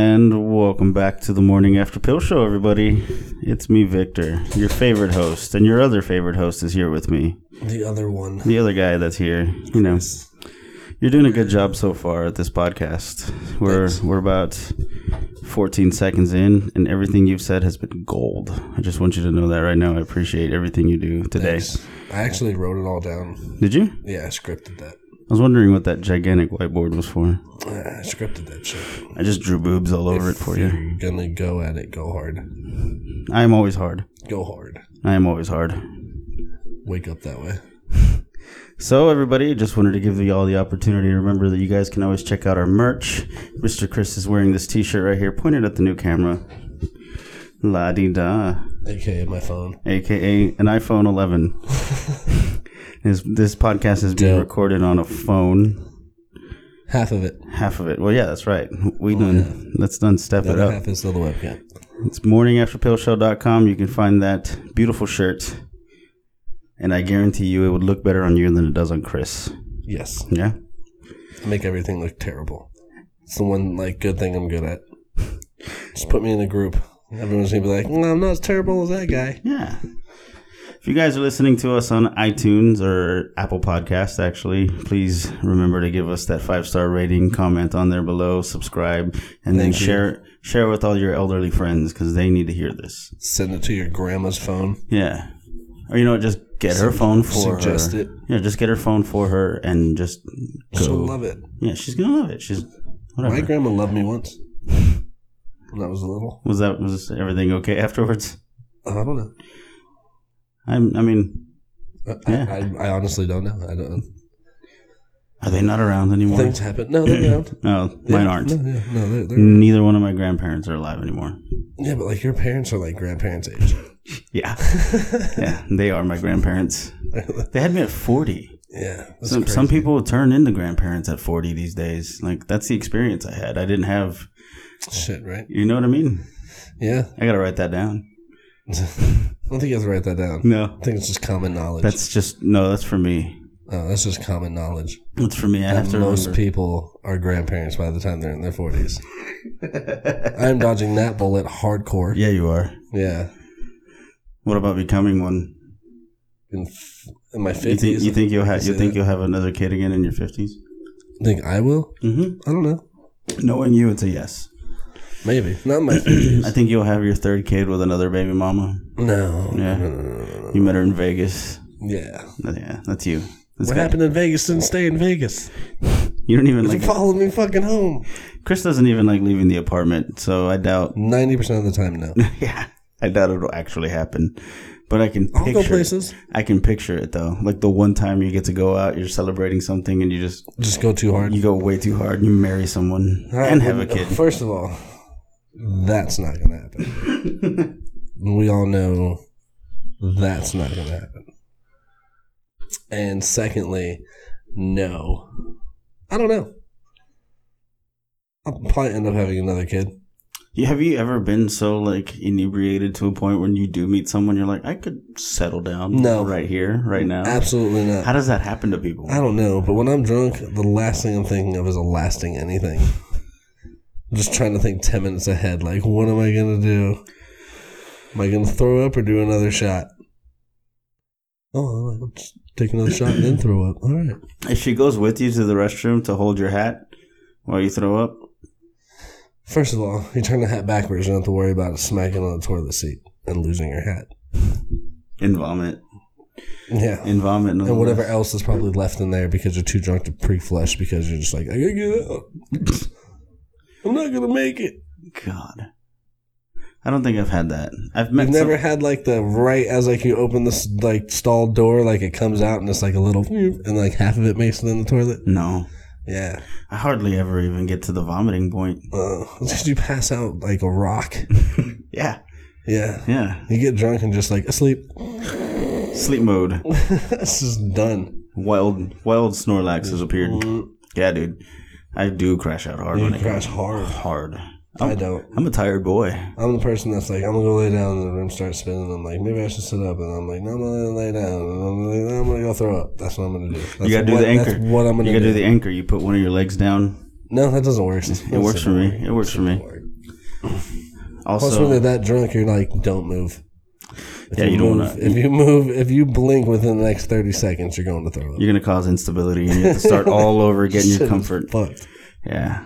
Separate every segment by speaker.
Speaker 1: And welcome back to the Morning After Pill Show, everybody. It's me, Victor, your favorite host, and your other favorite host is here with me.
Speaker 2: The other one.
Speaker 1: The other guy that's here, you know. You're doing a good job so far at this podcast. We're
Speaker 2: Thanks.
Speaker 1: we're about 14 seconds in, and everything you've said has been gold. I just want you to know that right now. I appreciate everything you do today.
Speaker 2: I actually wrote it all down.
Speaker 1: Did you?
Speaker 2: Yeah, I scripted that.
Speaker 1: I was wondering what that gigantic whiteboard was for.
Speaker 2: I scripted that shit.
Speaker 1: I just drew boobs all over it for you.
Speaker 2: You're gonna go at it. Go hard.
Speaker 1: I am always hard.
Speaker 2: Go hard.
Speaker 1: I am always hard.
Speaker 2: Wake up that way.
Speaker 1: So, everybody, just wanted to give you all the opportunity to remember that you guys can always check out our merch. Mr. Chris is wearing this t shirt right here, pointed at the new camera. La di da.
Speaker 2: AKA my phone.
Speaker 1: AKA an iPhone 11. this, this podcast is being
Speaker 2: Dope.
Speaker 1: recorded on a phone.
Speaker 2: Half of it.
Speaker 1: Half of it. Well, yeah, that's right. We done, Let's done step it
Speaker 2: The
Speaker 1: up.
Speaker 2: other half is still the webcam.
Speaker 1: It's morningafterpillshow.com. You can find that beautiful shirt. And I guarantee you it would look better on you than it does on Chris.
Speaker 2: Yes.
Speaker 1: Yeah?
Speaker 2: Make everything look terrible. It's the one like good thing I'm good at. Just put me in a group. Everyone's gonna be like, no, I'm not as terrible as that guy.
Speaker 1: Yeah. If you guys are listening to us on iTunes or Apple Podcast, actually, please remember to give us that five star rating, comment on there below, subscribe, and then
Speaker 2: Thank you.
Speaker 1: share share with all your elderly friends because they need to hear this.
Speaker 2: Send it to your grandma's phone.
Speaker 1: Yeah. Or you know, what, just get her phone for
Speaker 2: suggest
Speaker 1: her.
Speaker 2: it.
Speaker 1: Yeah, just get her phone for her and just go.
Speaker 2: She'll love it.
Speaker 1: Yeah, she's gonna love it. She's whatever.
Speaker 2: My grandma loved me once when I was little.
Speaker 1: was that was everything okay afterwards?
Speaker 2: I don't know.
Speaker 1: I'm. I mean,
Speaker 2: I,
Speaker 1: Yeah.
Speaker 2: I, I honestly don't know. I don't.
Speaker 1: are they not around anymore?
Speaker 2: Things happen. No, they're around.
Speaker 1: No,
Speaker 2: Yeah,
Speaker 1: mine aren't. Mm.
Speaker 2: No, yeah, no, they're, they're,
Speaker 1: Neither one of my grandparents are alive anymore.
Speaker 2: yeah, but like your parents are like grandparents' age.
Speaker 1: Yeah. yeah, they are my grandparents. They had me at 40.
Speaker 2: yeah, that's
Speaker 1: Some,
Speaker 2: crazy.
Speaker 1: some people turn into grandparents at 40 these days. Like, that's the experience I had. I didn't have,
Speaker 2: shit, right?
Speaker 1: you know what I mean?
Speaker 2: Yeah,
Speaker 1: I got to write that down.
Speaker 2: I don't think you have to write that down.
Speaker 1: No.
Speaker 2: I think it's just common knowledge. That's,
Speaker 1: Mm. That's just, no, that's for me.
Speaker 2: oh, that's just common knowledge.
Speaker 1: That's for me. I have to
Speaker 2: Most
Speaker 1: remember.
Speaker 2: people are grandparents by the time they're in their forties. I'm dodging that bullet hardcore. Yeah,
Speaker 1: Yeah, you are. What about becoming one?
Speaker 2: In, f- in my
Speaker 1: You think,
Speaker 2: fifties,
Speaker 1: you think you'll have you
Speaker 2: say
Speaker 1: think
Speaker 2: that.
Speaker 1: you'll have another kid again in your 50s?
Speaker 2: think I will?
Speaker 1: Mm-hmm.
Speaker 2: I don't know.
Speaker 1: Knowing you, it's a yes.
Speaker 2: Maybe not in my fifties.
Speaker 1: I think you'll have your third kid with another baby mama.
Speaker 2: no.
Speaker 1: Yeah.
Speaker 2: No, no, no, no, no.
Speaker 1: You met her in Vegas.
Speaker 2: Yeah.
Speaker 1: Yeah, that's you. That's
Speaker 2: What
Speaker 1: got-
Speaker 2: happened in Vegas didn't stay in Vegas.
Speaker 1: You don't even
Speaker 2: You
Speaker 1: like
Speaker 2: followed me fucking home.
Speaker 1: Chris doesn't even like leaving the apartment, so I doubt.
Speaker 2: Ninety percent of the time, no.
Speaker 1: Yeah, I doubt it'll actually happen. But I can
Speaker 2: I'll
Speaker 1: picture.
Speaker 2: go places.
Speaker 1: I can picture it though. Like the one time you get to go out, you're celebrating something, and you just
Speaker 2: Just go too hard
Speaker 1: you go way too hard, and you marry someone
Speaker 2: I
Speaker 1: and have a
Speaker 2: wouldn't-
Speaker 1: kid.
Speaker 2: First of all, that's not gonna happen. we all know that's not gonna happen. And secondly, no, I don't know. I'll probably end up having another kid.
Speaker 1: You, have you ever been so like inebriated to a point when you do meet someone, you're like, I could settle down.
Speaker 2: No.
Speaker 1: right here, right now.
Speaker 2: Absolutely not.
Speaker 1: How does that happen to people?
Speaker 2: I don't know, but when I'm drunk, the last thing I'm thinking of is a lasting anything. I'm just trying to think 10 minutes ahead. Like, what am I going to do? Am I going to throw up or do another shot? Oh, I'll just take another shot and then throw up. All right.
Speaker 1: If she goes with you to the restroom to hold your hat while you throw up,
Speaker 2: First of all, you turn the hat backwards. You don't have to worry about it smacking on the toilet seat and losing your hat.
Speaker 1: in vomit,
Speaker 2: Yeah.
Speaker 1: in vomit,
Speaker 2: and whatever else is probably left in there because you're too drunk to pre-flush because you're just like, I gotta get out. I'm not gonna make it.
Speaker 1: God. I don't think I've had that. I've met
Speaker 2: You've
Speaker 1: some-
Speaker 2: never had like the right as like you open this like stall door, like it comes out and it's like a little and like half of it makes it in the toilet.
Speaker 1: no.
Speaker 2: Yeah,
Speaker 1: I hardly ever even get to the vomiting point.
Speaker 2: uh, it's just you pass out like a rock.
Speaker 1: Yeah.
Speaker 2: Yeah,
Speaker 1: Yeah.
Speaker 2: you get drunk and just like asleep.
Speaker 1: Sleep mode.
Speaker 2: this is done.
Speaker 1: Wild wild Snorlax has appeared. Yeah, dude. I do crash out hard
Speaker 2: You
Speaker 1: when I
Speaker 2: crash hard.
Speaker 1: hard. I'm,
Speaker 2: I don't.
Speaker 1: I'm a tired boy.
Speaker 2: I'm the person that's like, I'm gonna go lay down and the room starts spinning. I'm like, maybe I should sit up, and I'm like, no, I'm gonna lay down. And I'm like, no, I'm gonna go throw up. That's what I'm gonna do. That's
Speaker 1: You gotta do
Speaker 2: what-
Speaker 1: the anchor.
Speaker 2: That's what I'm gonna
Speaker 1: You gotta
Speaker 2: do.
Speaker 1: do the anchor. You put one of your legs down.
Speaker 2: no, that doesn't work.
Speaker 1: It works for me. It works for me.
Speaker 2: Work.
Speaker 1: Also,
Speaker 2: Plus, when they're that drunk, you're like, don't move. If
Speaker 1: Yeah, you don't
Speaker 2: move,
Speaker 1: wanna-
Speaker 2: If you move, if you blink within the next thirty seconds, you're going to throw up.
Speaker 1: you're gonna cause instability, and you have to start all over getting your
Speaker 2: Shit is
Speaker 1: comfort.
Speaker 2: Fucked.
Speaker 1: Yeah,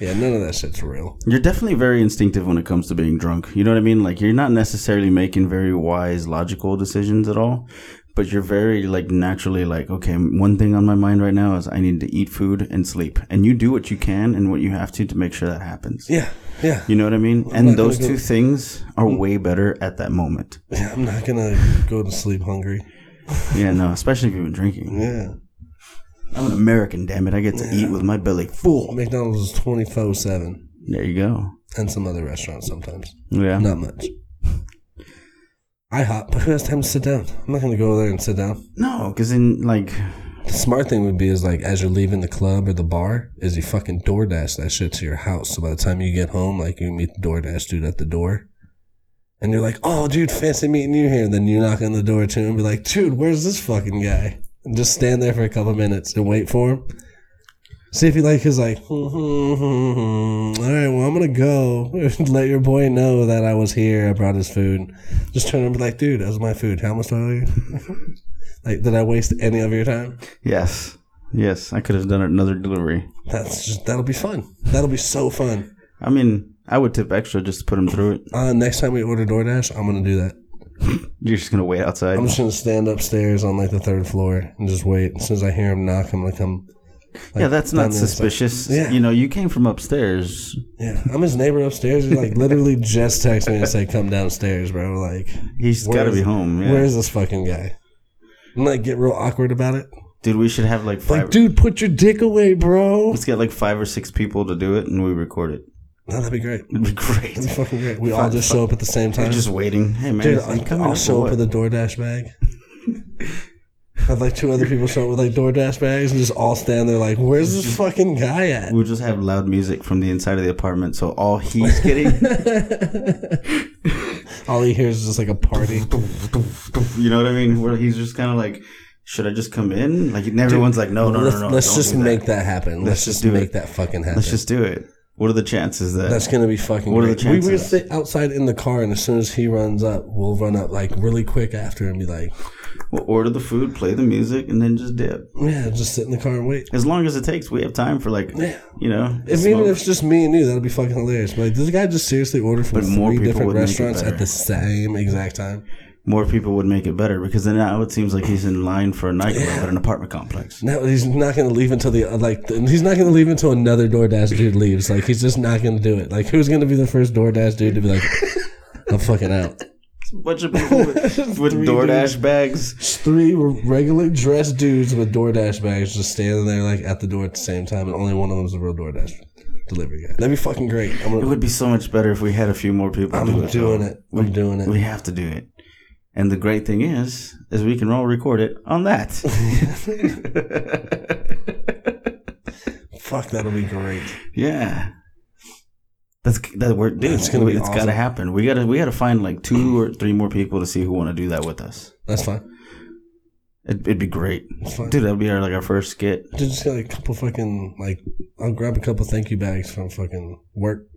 Speaker 2: Yeah, none of that shit's real.
Speaker 1: you're definitely very instinctive when it comes to being drunk. You know what I mean? Like you're not necessarily making very wise, logical decisions at all, but you're very like naturally like, okay, one thing on my mind right now is I need to eat food and sleep, and you do what you can and what you have to to make sure that happens.
Speaker 2: Yeah, yeah.
Speaker 1: You know what I mean?
Speaker 2: not
Speaker 1: And those
Speaker 2: gonna go-
Speaker 1: two things are
Speaker 2: Hmm.
Speaker 1: way better at that moment.
Speaker 2: Yeah, I'm not gonna go to sleep hungry.
Speaker 1: Yeah, no, especially if you've been drinking.
Speaker 2: Yeah,
Speaker 1: I'm an American, damn it. I get to eat with my belly full.
Speaker 2: McDonald's is twenty four seven,
Speaker 1: There you go.
Speaker 2: and some other restaurants sometimes.
Speaker 1: Yeah.
Speaker 2: Not much. IHOP. Who has time to sit down? I'm not gonna go there and sit down.
Speaker 1: No, because then, like,
Speaker 2: The smart thing would be is like as you're leaving the club or the bar, is you fucking DoorDash that shit to your house. So by the time you get home, like you meet the DoorDash dude at the door. And you're like, oh, dude, fancy meeting you here. Then you knock on the door too and be like, dude, where's this fucking guy? And just stand there for a couple minutes and wait for him. See if he like is like, "Hmm, hmm, hmm, hmm. all right, well, I'm gonna go. Let your boy know that I was here. I brought his food. Just turn around and be like, dude, that was my food. How much do I owe you? like, did I waste any of your time?
Speaker 1: yes. Yes, I could have done another delivery.
Speaker 2: That's just that'll be fun. That'll be so fun.
Speaker 1: I mean, I would tip extra just to put him through it.
Speaker 2: Uh, next time we order DoorDash, I'm gonna do that.
Speaker 1: You're just going to wait outside.
Speaker 2: I'm just gonna stand upstairs on like the third floor and just wait. As soon as I hear him knock, I'm gonna come.
Speaker 1: yeah, that's
Speaker 2: down
Speaker 1: not
Speaker 2: there, it's like-
Speaker 1: suspicious.
Speaker 2: Yeah.
Speaker 1: You know, you came from upstairs.
Speaker 2: Yeah, I'm his neighbor upstairs. He like literally just texted me and said, "Come downstairs, bro." Like,
Speaker 1: He's got to
Speaker 2: Where's-
Speaker 1: be home. Yeah.
Speaker 2: where's this fucking guy? And like get real awkward about it.
Speaker 1: Dude, we should have like five.
Speaker 2: Like, dude, put your dick away, bro.
Speaker 1: Let's get like five or six people to do it and we record it.
Speaker 2: No, that'd be great.
Speaker 1: It'd be great.
Speaker 2: That'd be fucking great. We all just show up at the same time.
Speaker 1: Just waiting. Hey, man.
Speaker 2: Dude,
Speaker 1: it's- I'm
Speaker 2: I'll,
Speaker 1: coming
Speaker 2: I'll
Speaker 1: up
Speaker 2: show
Speaker 1: for
Speaker 2: up with
Speaker 1: what?
Speaker 2: a DoorDash bag. Have like two other people show up with like DoorDash bags and just all stand there like, where's this fucking guy at?
Speaker 1: We'll just have loud music from the inside of the apartment, so all he's getting,
Speaker 2: All he hears is just like a party.
Speaker 1: you know what I mean? Where he's just kind of like, should I just come in? Like, and everyone's like, no, no,
Speaker 2: let's
Speaker 1: no, no.
Speaker 2: let's
Speaker 1: don't
Speaker 2: just
Speaker 1: do that.
Speaker 2: make that, happen. Let's, just
Speaker 1: do
Speaker 2: make
Speaker 1: it.
Speaker 2: that fucking happen.
Speaker 1: Let's just do it. What are the chances that?
Speaker 2: That's gonna be fucking.
Speaker 1: What are the
Speaker 2: great. We
Speaker 1: chances?
Speaker 2: would sit outside in the car, and as soon as he runs up, we'll run up like really quick after and be like,
Speaker 1: we'll order the food, play the music, and then just dip.
Speaker 2: "Yeah, just sit in the car and wait."
Speaker 1: As long as it takes, we have time for like,
Speaker 2: Yeah.
Speaker 1: you know,
Speaker 2: If
Speaker 1: smoke.
Speaker 2: even if it's just me and you, that'd be fucking hilarious. But like, this guy just seriously ordered from
Speaker 1: But more
Speaker 2: three
Speaker 1: people
Speaker 2: different
Speaker 1: would make it
Speaker 2: restaurants at
Speaker 1: better.
Speaker 2: the same exact time.
Speaker 1: more people would make it better because then now it seems like he's in line for a nightclub at an apartment complex.
Speaker 2: No, he's not going to leave until the like. th- He's not going to leave until another DoorDash dude leaves. Like he's just not going to do it. Like who's going to be the first DoorDash dude to be like, I'm fucking out.
Speaker 1: bunch of people with, with
Speaker 2: Three
Speaker 1: DoorDash bags.
Speaker 2: Just three regular dressed dudes with DoorDash bags just standing there like at the door at the same time, and only one of them's a real DoorDash delivery guy. That'd be fucking great. I'm,
Speaker 1: It
Speaker 2: gonna,
Speaker 1: would be so much better if we had a few more people. do
Speaker 2: I'm
Speaker 1: it.
Speaker 2: doing it. I'm doing it.
Speaker 1: We have to do it. And the great thing is, is we can all record it on that.
Speaker 2: Fuck, that'll be great.
Speaker 1: yeah. That's that work, dude.
Speaker 2: It's gonna be
Speaker 1: It's
Speaker 2: awesome.
Speaker 1: gotta happen. We gotta we gotta find like two or three more people to see who want to do that with us.
Speaker 2: That's fine.
Speaker 1: It, it'd be great,
Speaker 2: It's fine.
Speaker 1: dude. That'd be our like our first skit.
Speaker 2: Dude, just get like a couple fucking like I'll grab a couple thank you bags from fucking work.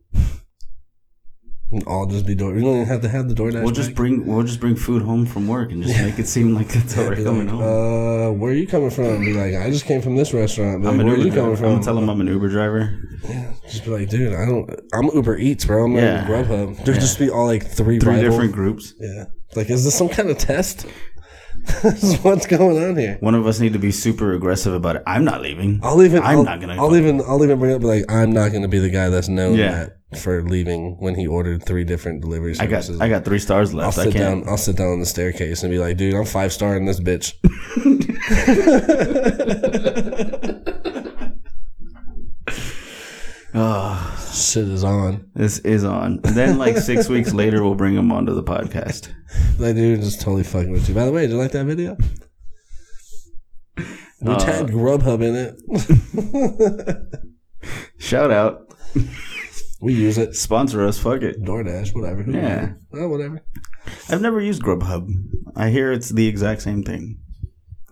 Speaker 2: And I'll just be door. You don't even have to have the DoorDash.
Speaker 1: We'll just
Speaker 2: bag.
Speaker 1: bring we'll just bring food home from work and just make it seem like that's how we're
Speaker 2: Be
Speaker 1: coming
Speaker 2: like,
Speaker 1: home.
Speaker 2: Uh, where are you coming from? And be like, I just came from this restaurant. Be
Speaker 1: I'm
Speaker 2: like,
Speaker 1: an
Speaker 2: uh, where are
Speaker 1: Uber
Speaker 2: you
Speaker 1: driver.
Speaker 2: coming
Speaker 1: I'm
Speaker 2: from?
Speaker 1: gonna tell them I'm an Uber driver.
Speaker 2: yeah, just be like, dude, I don't. I'm Uber Eats, bro. I'm
Speaker 1: Yeah.
Speaker 2: like Grubhub. Dude, just be all like three,
Speaker 1: Three
Speaker 2: rival-
Speaker 1: different groups.
Speaker 2: Yeah, like, is this some kind of test? this is what's going on here.
Speaker 1: One of us need to be super aggressive about it. I'm not leaving.
Speaker 2: I'll even.
Speaker 1: I'm
Speaker 2: will
Speaker 1: not gonna.
Speaker 2: I'll even. I'll even bring up like I'm not gonna be the guy that's known
Speaker 1: Yeah.
Speaker 2: that for leaving when he ordered three different delivery
Speaker 1: I got
Speaker 2: services.
Speaker 1: I got three stars
Speaker 2: will
Speaker 1: left. I
Speaker 2: sit
Speaker 1: can't.
Speaker 2: down. I'll sit down on the staircase and be like, dude, I'm five star in this bitch.
Speaker 1: Oh,
Speaker 2: Shit is on.
Speaker 1: this is on. And then like six weeks later, we'll bring him onto the podcast.
Speaker 2: Like, dude, just totally fucking with you. By the way, did you like that video? Which
Speaker 1: Uh,
Speaker 2: had Grubhub in it.
Speaker 1: Shout out,
Speaker 2: We use it.
Speaker 1: sponsor us. Fuck it.
Speaker 2: DoorDash, whatever. Who
Speaker 1: Yeah.
Speaker 2: cares? Oh, whatever.
Speaker 1: I've never used Grubhub. I hear it's the exact same thing.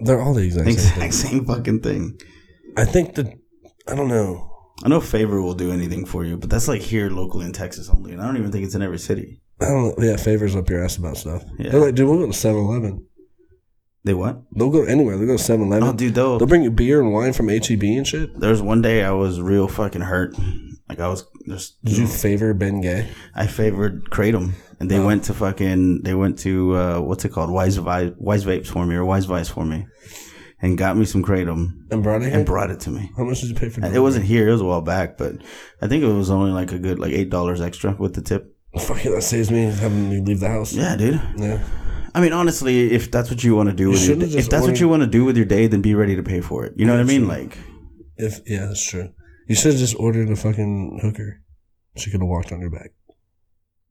Speaker 2: They're all the exact same.
Speaker 1: Exact same fucking thing.
Speaker 2: I think the. I don't know.
Speaker 1: I know favor will do anything for you, but that's like here locally in Texas only, and I don't even think it's in every city.
Speaker 2: I don't know. Yeah, favors up your ass about stuff.
Speaker 1: Yeah.
Speaker 2: They're like, dude, we'll go to 7 Eleven.
Speaker 1: They what?
Speaker 2: They'll go anywhere. They'll go to 7
Speaker 1: Oh,
Speaker 2: Eleven.
Speaker 1: dude, though.
Speaker 2: They'll bring you beer and wine from HEB and shit.
Speaker 1: There was one day I was real fucking hurt. Like I was just
Speaker 2: Did you favor Ben Gay?
Speaker 1: I favored Kratom, and
Speaker 2: Oh.
Speaker 1: they went to fucking they went to uh, what's it called Wise Vi- Wise Vapes for me or Wise Vice for me, and got me some Kratom
Speaker 2: And brought it here?
Speaker 1: and brought it to me.
Speaker 2: How much did you pay for
Speaker 1: And It wasn't here; it was a while back, but I think it was only like a good like eight dollars extra with the tip.
Speaker 2: Fuck it, that saves me having you leave the house.
Speaker 1: Yeah, dude.
Speaker 2: Yeah.
Speaker 1: I mean, honestly, if that's what you want to do, with your,
Speaker 2: should've
Speaker 1: if
Speaker 2: just
Speaker 1: that's what
Speaker 2: ordered-
Speaker 1: you want to do with your day, then be ready to pay for it. You know what I mean? Like,
Speaker 2: If yeah, that's true. You should have just ordered a fucking hooker. She could have walked on your back.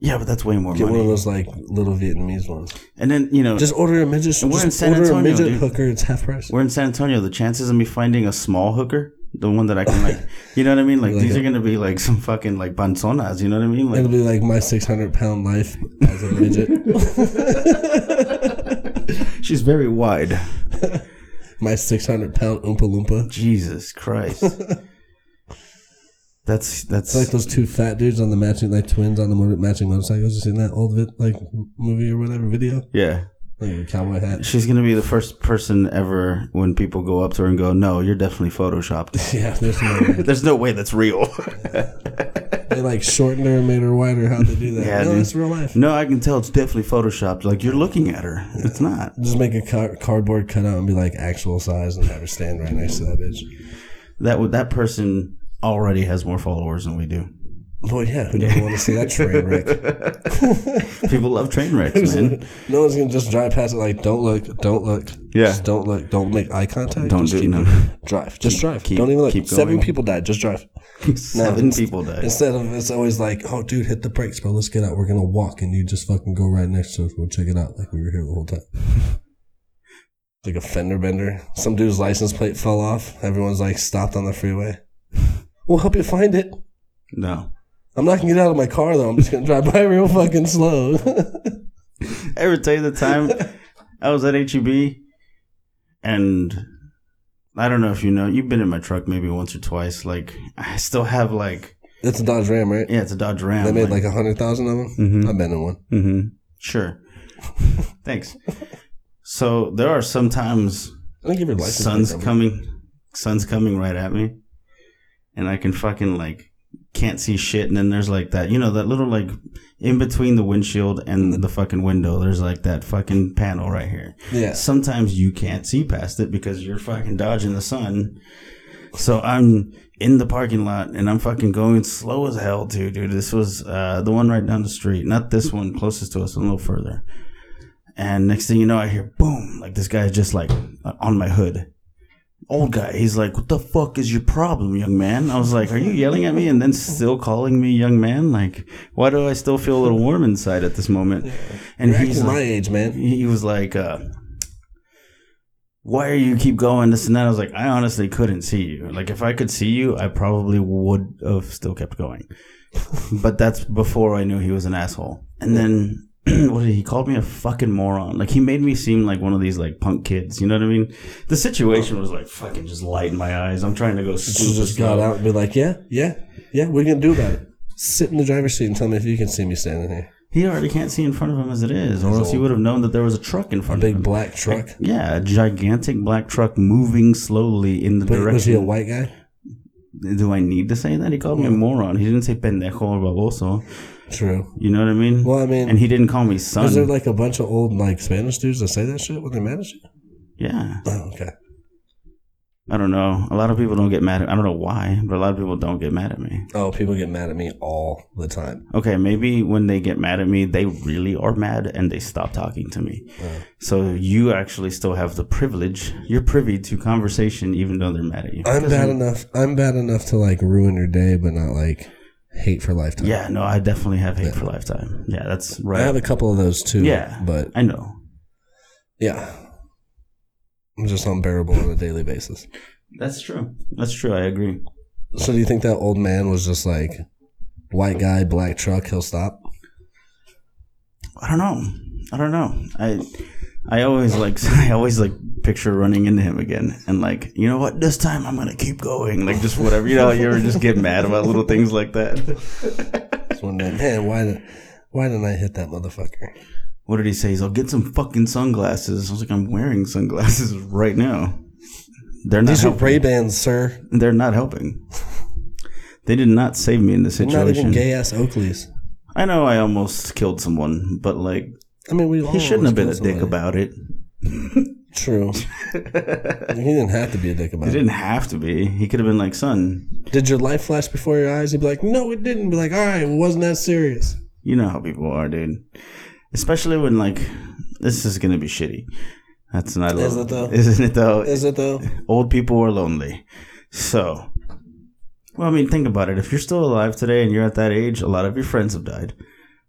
Speaker 1: yeah, but that's way more
Speaker 2: Get one of
Speaker 1: money.
Speaker 2: those like little Vietnamese ones.
Speaker 1: And then you know,
Speaker 2: Just order a midget.
Speaker 1: Uh, we're in
Speaker 2: Just
Speaker 1: San
Speaker 2: order
Speaker 1: Antonio,
Speaker 2: a midget
Speaker 1: dude.
Speaker 2: hooker. It's half price.
Speaker 1: we're in San Antonio. The chances of me finding a small hooker, the one that I can like, you know what I mean? Like,
Speaker 2: Like
Speaker 1: these
Speaker 2: a-
Speaker 1: are gonna be like some fucking like panzonas. You know what I mean?
Speaker 2: It'll
Speaker 1: Like,
Speaker 2: be like my six hundred pound life as a midget.
Speaker 1: she's very wide.
Speaker 2: my six hundred pound oompa loompa.
Speaker 1: Jesus Christ. That's that's
Speaker 2: It's like those two fat dudes on the matching, like twins on the motor, matching motorcycles. You seen that old vid, like movie or whatever video?
Speaker 1: yeah.
Speaker 2: Like a cowboy hat.
Speaker 1: She's gonna be the first person ever when people go up to her and go, "No, you're definitely photoshopped."
Speaker 2: Yeah, there's no way.
Speaker 1: There's no way that's real.
Speaker 2: They like shortened her and made her wider. How'd they do that?
Speaker 1: Yeah,
Speaker 2: no,
Speaker 1: dude.
Speaker 2: it's real life.
Speaker 1: no, I can tell it's definitely photoshopped. Like you're looking at her. It's not.
Speaker 2: Just make a car- cardboard cutout and be like actual size and have her stand right next to that bitch.
Speaker 1: That would that person already has more followers than we do.
Speaker 2: Boy, yeah, who doesn't want to see that train wreck?
Speaker 1: People love train wrecks, man.
Speaker 2: No one's gonna just drive past it like, don't look, don't look.
Speaker 1: Yeah.
Speaker 2: Just don't look. Don't make eye contact.
Speaker 1: Don't
Speaker 2: just
Speaker 1: do
Speaker 2: keep
Speaker 1: no.
Speaker 2: it. Drive. Just drive.
Speaker 1: keep-
Speaker 2: don't even look.
Speaker 1: keep
Speaker 2: Seven
Speaker 1: going.
Speaker 2: people died. Just drive.
Speaker 1: Seven
Speaker 2: it's-
Speaker 1: people died.
Speaker 2: Instead of it's always like, oh, dude, hit the brakes, bro. Let's get out. We're gonna walk, and you just fucking go right next to us. We'll check it out like we were here the whole time. like a fender bender. Some dude's license plate fell off. Everyone's like stopped on the freeway. We'll help you find it.
Speaker 1: No.
Speaker 2: I'm not gonna get out of my car though. I'm just gonna drive by real fucking slow.
Speaker 1: I ever tell you the time I was at HEB and I don't know if you know, you've been in my truck maybe once or twice. Like I still have like
Speaker 2: That's a Dodge Ram, right?
Speaker 1: yeah, it's a Dodge Ram.
Speaker 2: They made like a hundred thousand of them.
Speaker 1: Mhm.
Speaker 2: I've been in one.
Speaker 1: Mm-hmm. Sure. Thanks. So there are sometimes
Speaker 2: I think give your license.
Speaker 1: sun's
Speaker 2: plate number.
Speaker 1: coming, sun's coming right at me, and I can fucking like can't see shit. And then there's like that, you know, that little like in between the windshield and the fucking window. There's like that fucking panel right here.
Speaker 2: Yeah.
Speaker 1: Sometimes you can't see past it because you're fucking dodging the sun. So I'm in the parking lot and I'm fucking going slow as hell too, dude. This was uh, the one right down the street, not this one closest to us, a little further. And next thing you know, I hear boom! Like this guy's just like uh, on my hood. Old guy, he's like, "What the fuck is your problem, young man?" I was like, "Are you yelling at me and then still calling me young man? Like, why do I still feel a little warm inside at this moment?" And
Speaker 2: You're
Speaker 1: he's
Speaker 2: acting
Speaker 1: like,
Speaker 2: my age, man.
Speaker 1: he was like, uh, "Why are you keep going this and that?" I was like, "I honestly couldn't see you. Like, if I could see you, I probably would have still kept going." but that's before I knew he was an asshole. And then what did he called me a fucking moron? Like he made me seem like one of these like punk kids. You know what I mean? The situation was like fucking just light in my eyes. I'm trying to go.
Speaker 2: She
Speaker 1: Super
Speaker 2: just got
Speaker 1: slow.
Speaker 2: out and be like, yeah, yeah, yeah. What are you gonna do about it? Sit in the driver's seat and tell me if you can see me standing here.
Speaker 1: He already can't see in front of him as it is, or else he would have known that there was a truck in front of
Speaker 2: Big
Speaker 1: him.
Speaker 2: black truck.
Speaker 1: Yeah, a gigantic black truck moving slowly in the
Speaker 2: Wait, was he
Speaker 1: direction.
Speaker 2: a white guy?
Speaker 1: Do I need to say that? He called me a moron. He didn't say pendejo or baboso.
Speaker 2: True.
Speaker 1: You know what I mean?
Speaker 2: Well, I
Speaker 1: and
Speaker 2: mean,
Speaker 1: he didn't call me son.
Speaker 2: is there like a bunch of old like Spanish dudes that say that shit when they're mad at you?
Speaker 1: yeah,
Speaker 2: Oh, okay.
Speaker 1: I don't know. A lot of people don't get mad. At, I don't know why, but a lot of people don't get mad at me.
Speaker 2: Oh, people get mad at me all the time.
Speaker 1: Okay, maybe when they get mad at me, they really are mad and they stop talking to me. So you actually still have the privilege. You're privy to conversation, even though they're mad at you.
Speaker 2: I'm bad enough. I'm bad enough to like ruin your day, but not like hate for lifetime.
Speaker 1: Yeah, no, I definitely have hate for lifetime. Yeah, that's
Speaker 2: I
Speaker 1: right.
Speaker 2: have a couple of those too.
Speaker 1: Yeah,
Speaker 2: but
Speaker 1: I know.
Speaker 2: yeah, I'm just unbearable on a daily basis.
Speaker 1: That's true. That's true. I agree.
Speaker 2: So do you think that old man was just like white guy, black truck, he'll stop?
Speaker 1: I don't know. I don't know. I I always like I always like picture running into him again and like, you know what, this time I'm gonna keep going. Like just whatever. You know, you ever just get mad about little things like that.
Speaker 2: Just one day, man, why did why didn't I hit that motherfucker?
Speaker 1: what did he say? He's like, get some fucking sunglasses. I was like, I'm wearing sunglasses right now. They're not
Speaker 2: These are
Speaker 1: helping.
Speaker 2: Ray Bans, sir.
Speaker 1: They're not helping. They did not save me in this
Speaker 2: They're Not even
Speaker 1: situation.
Speaker 2: gay ass Oakleys.
Speaker 1: I know I almost killed someone, but like
Speaker 2: I mean, we all
Speaker 1: he shouldn't have been a
Speaker 2: almost killed
Speaker 1: dick
Speaker 2: somebody.
Speaker 1: about it.
Speaker 2: True. he didn't have to be a dick about
Speaker 1: He
Speaker 2: it.
Speaker 1: didn't have to be. He could have been like, son,
Speaker 2: Did your life flash before your eyes? He'd be like, no, it didn't. Be like, all right, it wasn't that serious.
Speaker 1: you know how people are, dude. Especially when like this is gonna be shitty. That's not
Speaker 2: Is it though?
Speaker 1: Isn't it though?
Speaker 2: Is it though?
Speaker 1: old people are lonely. So, well, I mean, think about it. If you're still alive today and you're at that age, a lot of your friends have died.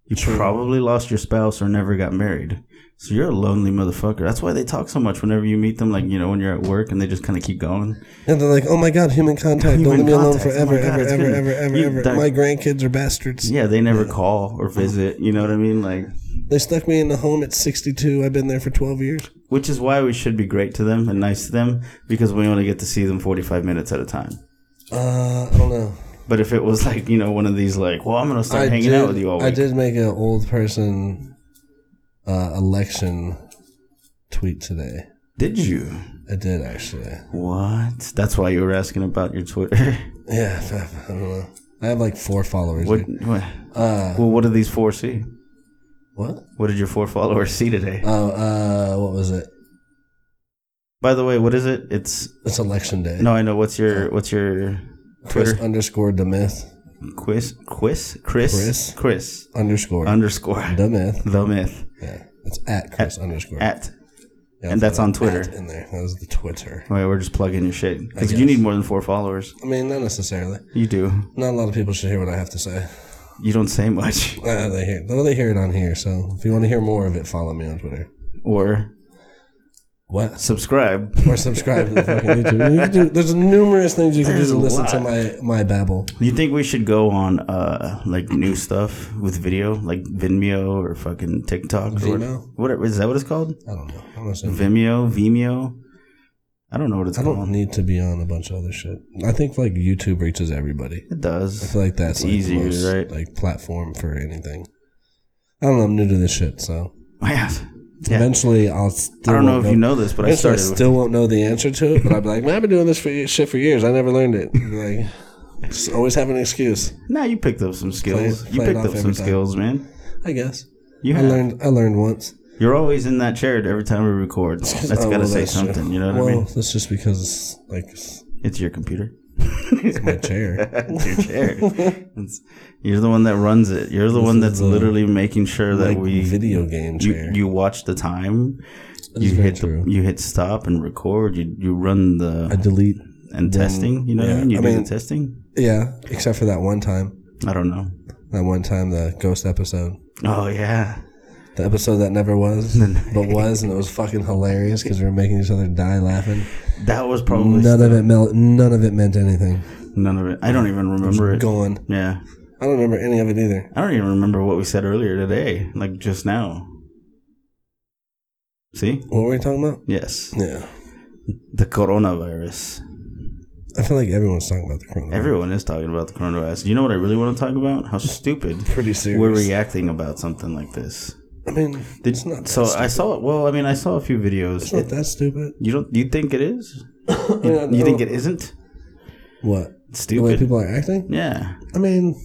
Speaker 1: You probably lost your spouse or never got married. So you're a lonely motherfucker. That's why they talk so much whenever you meet them, like, you know, when you're at work and they just kind of keep going.
Speaker 2: And they're like, oh my God, human contact.
Speaker 1: Human
Speaker 2: Don't leave me alone
Speaker 1: contact.
Speaker 2: forever,
Speaker 1: Oh my God,
Speaker 2: ever,
Speaker 1: it's
Speaker 2: ever,
Speaker 1: good.
Speaker 2: ever, ever,
Speaker 1: You-
Speaker 2: ever.
Speaker 1: that-
Speaker 2: My grandkids are bastards.
Speaker 1: Yeah, they never call or visit. You know what I mean? Like,
Speaker 2: They stuck me in the home at 62. I've been there for 12 years.
Speaker 1: which is why we should be great to them and nice to them because we only get to see them 45 minutes at a time.
Speaker 2: Uh, I don't know.
Speaker 1: But if it was like, you know, one of these, like, well, I'm going to start
Speaker 2: I
Speaker 1: hanging
Speaker 2: did,
Speaker 1: out with you all week.
Speaker 2: I did make an old person uh, election tweet today.
Speaker 1: did you?
Speaker 2: I did actually.
Speaker 1: What? That's why you were asking about your Twitter.
Speaker 2: Yeah, I don't know. I have like four followers.
Speaker 1: what?
Speaker 2: dude.
Speaker 1: what
Speaker 2: Uh,
Speaker 1: well, what did these four see?
Speaker 2: what?
Speaker 1: What did your four followers see today?
Speaker 2: Oh, uh, what was it?
Speaker 1: By the way, what is it? It's
Speaker 2: It's election day.
Speaker 1: no, I know. What's your what's your
Speaker 2: Chris
Speaker 1: Twitter
Speaker 2: underscored the myth
Speaker 1: quiz? Quiz? Chris?
Speaker 2: Chris.
Speaker 1: Chris
Speaker 2: underscore
Speaker 1: underscore
Speaker 2: the myth.
Speaker 1: the myth
Speaker 2: Yeah, it's at Chris underscore.
Speaker 1: at.
Speaker 2: Yeah,
Speaker 1: and that's
Speaker 2: I'll
Speaker 1: on
Speaker 2: put
Speaker 1: Twitter.
Speaker 2: at in there. That was the Twitter.
Speaker 1: Wait, we're just plugging your shit because you need more than four followers.
Speaker 2: I mean, not necessarily.
Speaker 1: You do.
Speaker 2: Not a lot of people should hear what I have to say.
Speaker 1: You don't say much.
Speaker 2: Uh, they hear, well, they hear it on here. So if you want to hear more of it, follow me on Twitter.
Speaker 1: Or
Speaker 2: What?
Speaker 1: subscribe.
Speaker 2: Or subscribe to the fucking YouTube. You can do, there's numerous things you can
Speaker 1: There's
Speaker 2: do to
Speaker 1: a
Speaker 2: listen to
Speaker 1: lot.
Speaker 2: my my babble.
Speaker 1: You think we should go on uh like new stuff with video, like Vimeo or fucking TikTok? Or
Speaker 2: Vimeo?
Speaker 1: what, what is that? What it's called?
Speaker 2: I don't know. I'm not saying-
Speaker 1: Vimeo, Vimeo. I don't know what it's
Speaker 2: I
Speaker 1: called.
Speaker 2: don't need to be on a bunch of other shit. I think like YouTube reaches everybody.
Speaker 1: It
Speaker 2: I
Speaker 1: does.
Speaker 2: feel like that's
Speaker 1: It's
Speaker 2: like
Speaker 1: easier,
Speaker 2: the most,
Speaker 1: right?
Speaker 2: like platform for anything. I don't know. I'm new to this shit, so
Speaker 1: Yeah.
Speaker 2: eventually I'll. Still
Speaker 1: I don't know
Speaker 2: won't
Speaker 1: if you know this, but I
Speaker 2: eventually
Speaker 1: started.
Speaker 2: I
Speaker 1: With,
Speaker 2: still won't know the answer to it, but I'll be like, man, I've been doing this for, ye- shit for years. I never learned it. Like, just always have an excuse.
Speaker 1: nah, you picked up some skills.
Speaker 2: Play it-
Speaker 1: you
Speaker 2: play it
Speaker 1: picked
Speaker 2: off
Speaker 1: up some
Speaker 2: every time.
Speaker 1: skills, man.
Speaker 2: I guess
Speaker 1: You
Speaker 2: I
Speaker 1: have.
Speaker 2: learned. I learned once.
Speaker 1: You're always in that chair every time we record. That's
Speaker 2: Oh,
Speaker 1: got to
Speaker 2: well,
Speaker 1: say
Speaker 2: that's true.
Speaker 1: something. You know what
Speaker 2: well,
Speaker 1: I mean?
Speaker 2: that's just because it's like it's
Speaker 1: It's your computer.
Speaker 2: my chair.
Speaker 1: It's your chair. It's- you're the one that runs it. You're the one that's literally making sure that
Speaker 2: like
Speaker 1: we
Speaker 2: video game
Speaker 1: you,
Speaker 2: chair.
Speaker 1: you watch the time. You
Speaker 2: very
Speaker 1: hit the,
Speaker 2: true.
Speaker 1: you hit stop and record. You you run the
Speaker 2: I delete.
Speaker 1: and testing. You know what I
Speaker 2: yeah,
Speaker 1: mean? You
Speaker 2: I
Speaker 1: do
Speaker 2: mean-
Speaker 1: the testing.
Speaker 2: Yeah, except for that one time.
Speaker 1: I don't know.
Speaker 2: That one time, the ghost episode.
Speaker 1: Oh yeah,
Speaker 2: The episode that never was, but was, and it was fucking hilarious because we were making each other die laughing.
Speaker 1: that
Speaker 2: Mm,
Speaker 1: was probably
Speaker 2: None of it mel- None of it meant anything.
Speaker 1: none of it. I don't even remember it.
Speaker 2: Gone.
Speaker 1: Yeah,
Speaker 2: I don't remember any of it either.
Speaker 1: I don't even remember what we said earlier today. Like just now. See?
Speaker 2: What were we talking about?
Speaker 1: Yes,
Speaker 2: Yeah,
Speaker 1: the coronavirus.
Speaker 2: I feel like everyone's talking about the corona.
Speaker 1: Everyone is talking about the coronavirus. You know what I really want to talk about? How stupid
Speaker 2: pretty serious.
Speaker 1: we're reacting about something like this.
Speaker 2: I mean,
Speaker 1: Did,
Speaker 2: it's not.
Speaker 1: so I saw. Well, I mean, I saw a few videos.
Speaker 2: It's not that stupid.
Speaker 1: You don't? You think it is?
Speaker 2: I mean, I
Speaker 1: You think
Speaker 2: don't-
Speaker 1: it isn't?
Speaker 2: what
Speaker 1: It's
Speaker 2: the way
Speaker 1: stupid.
Speaker 2: people are acting?
Speaker 1: yeah.
Speaker 2: I mean,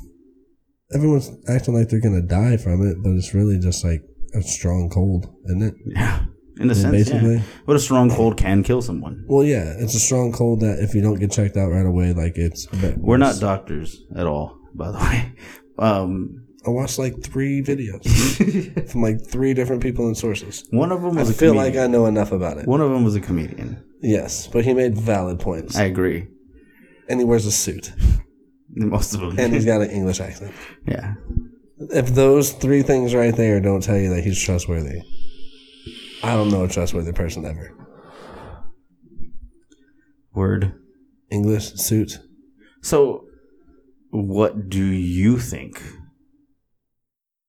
Speaker 2: everyone's acting like they're gonna die from it, but it's really just like a strong cold, isn't it?
Speaker 1: Yeah. In a sense, yeah.
Speaker 2: basically.
Speaker 1: But a strong cold can kill someone.
Speaker 2: Well, yeah, it's a strong cold that if you don't get checked out right away, like it's.
Speaker 1: We're not doctors at all, by the way. Um,
Speaker 2: I watched like three videos from like three different people and sources.
Speaker 1: one of them
Speaker 2: I
Speaker 1: was a
Speaker 2: feel
Speaker 1: comedian.
Speaker 2: like I know enough about it.
Speaker 1: one of them was a comedian.
Speaker 2: Yes, but he made valid points,
Speaker 1: I agree.
Speaker 2: and he wears a suit,
Speaker 1: Most of them.
Speaker 2: and he's got an English accent.
Speaker 1: yeah.
Speaker 2: If those three things right there don't tell you that he's trustworthy, I don't know a trustworthy person ever.
Speaker 1: Word.
Speaker 2: English suit.
Speaker 1: So, what do you think?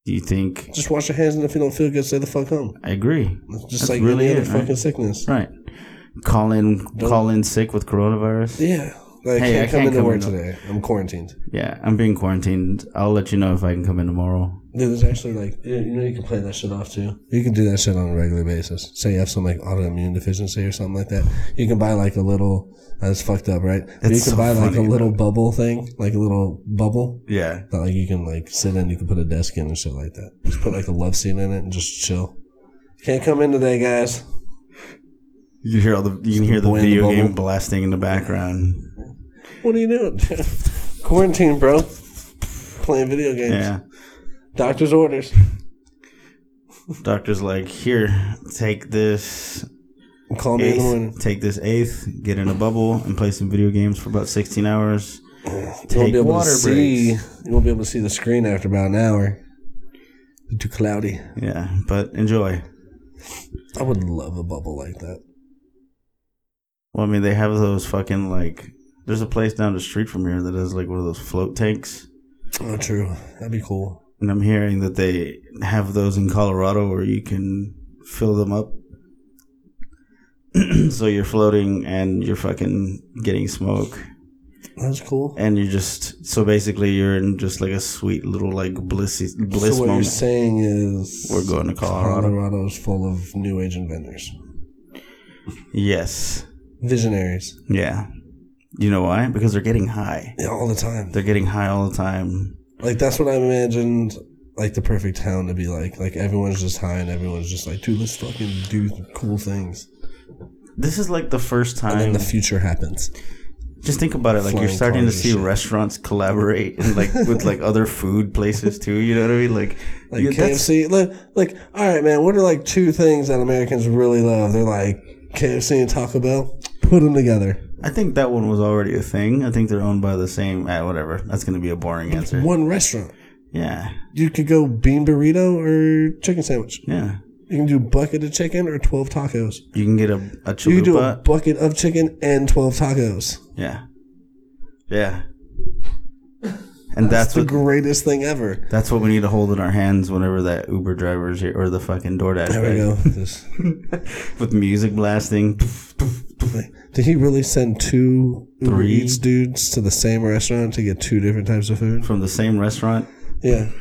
Speaker 1: Do you think?
Speaker 2: Just wash your hands, and if you don't feel good, stay the fuck home.
Speaker 1: I agree.
Speaker 2: It's just
Speaker 1: That's
Speaker 2: like
Speaker 1: really
Speaker 2: any
Speaker 1: it,
Speaker 2: other
Speaker 1: right?
Speaker 2: fucking sickness.
Speaker 1: Right. call in call in sick with coronavirus.
Speaker 2: Yeah. Like, I
Speaker 1: Hey,
Speaker 2: can't
Speaker 1: I
Speaker 2: come
Speaker 1: can't
Speaker 2: into
Speaker 1: come
Speaker 2: work
Speaker 1: into-
Speaker 2: today. I'm quarantined.
Speaker 1: Yeah, I'm being quarantined. I'll let you know if I can come in tomorrow.
Speaker 2: Dude, there's actually like you you know you can play that shit off too. You can do that shit on a regular basis. Say you have some like autoimmune deficiency or something like that. You can buy like a little. That's fucked up, right? But you
Speaker 1: That's
Speaker 2: can
Speaker 1: so
Speaker 2: buy like a
Speaker 1: funny,
Speaker 2: little bubble thing, like a little bubble
Speaker 1: Yeah.
Speaker 2: that like you can like sit in. You can put a desk in and shit like that. Just put like a love seat in it and just chill. Can't come in today, guys.
Speaker 1: You hear all the you can hear the
Speaker 2: Boy in the
Speaker 1: video
Speaker 2: bubble.
Speaker 1: game blasting in the background.
Speaker 2: What are you doing? Quarantine, bro. Playing video games.
Speaker 1: Yeah.
Speaker 2: Doctor's orders.
Speaker 1: Doctor's like, here, take this
Speaker 2: Call me in the morning.
Speaker 1: eighth, take this eighth, get in a bubble, and play some video games for about sixteen hours.
Speaker 2: You won't
Speaker 1: Take
Speaker 2: be able
Speaker 1: water
Speaker 2: to see. You won't be able to see the screen after about an hour. It's too cloudy.
Speaker 1: Yeah, but enjoy.
Speaker 2: I would love a bubble like that.
Speaker 1: Well, I mean, they have those fucking like. There's a place down the street from here that does like one of those float tanks,
Speaker 2: Oh, true. That'd be cool.
Speaker 1: and I'm hearing that they have those in Colorado where you can fill them up. so you're floating and you're fucking getting smoke,
Speaker 2: That's cool.
Speaker 1: and you're just so basically you're in just like a sweet little like blissy bliss
Speaker 2: so what you're
Speaker 1: moment.
Speaker 2: saying is
Speaker 1: We're going to Colorado.
Speaker 2: Colorado is full of new age inventors,
Speaker 1: Yes,
Speaker 2: visionaries,
Speaker 1: yeah. You know why? Because they're getting high.
Speaker 2: yeah, all the time.
Speaker 1: They're getting high all the time.
Speaker 2: Like that's what I imagined, like the perfect town to be like. Like everyone's just high and everyone's just like, dude, let's fucking do cool things.
Speaker 1: This is like the first time.
Speaker 2: And then the future happens.
Speaker 1: Just think about it. Like you're
Speaker 2: Flying
Speaker 1: starting to
Speaker 2: cars and
Speaker 1: see
Speaker 2: shit.
Speaker 1: restaurants collaborate and like with like other food places too. You know what I mean? Like,
Speaker 2: Like
Speaker 1: you- that's-
Speaker 2: KFC, like, like, all right, man. What are like two things that Americans really love? They're like KFC and Taco Bell. Put them together.
Speaker 1: I think that one was already a thing. I think they're owned by the same. Ah, whatever. That's gonna be a boring answer.
Speaker 2: One restaurant.
Speaker 1: Yeah,
Speaker 2: You could go bean burrito or chicken sandwich.
Speaker 1: yeah.
Speaker 2: You can do bucket of chicken or twelve tacos.
Speaker 1: You can get a a
Speaker 2: You can do a
Speaker 1: chalupa.
Speaker 2: bucket of chicken and twelve tacos.
Speaker 1: Yeah, yeah. And that's,
Speaker 2: It's the
Speaker 1: what
Speaker 2: greatest thing ever.
Speaker 1: that's what we need to hold in our hands whenever that Uber driver's here or the fucking DoorDash
Speaker 2: There
Speaker 1: guy.
Speaker 2: we go. This-
Speaker 1: with music blasting.
Speaker 2: Did he really send two Uber
Speaker 1: Three?
Speaker 2: Eats dudes to the same restaurant to get two different types of food?
Speaker 1: from the same restaurant.
Speaker 2: Yeah.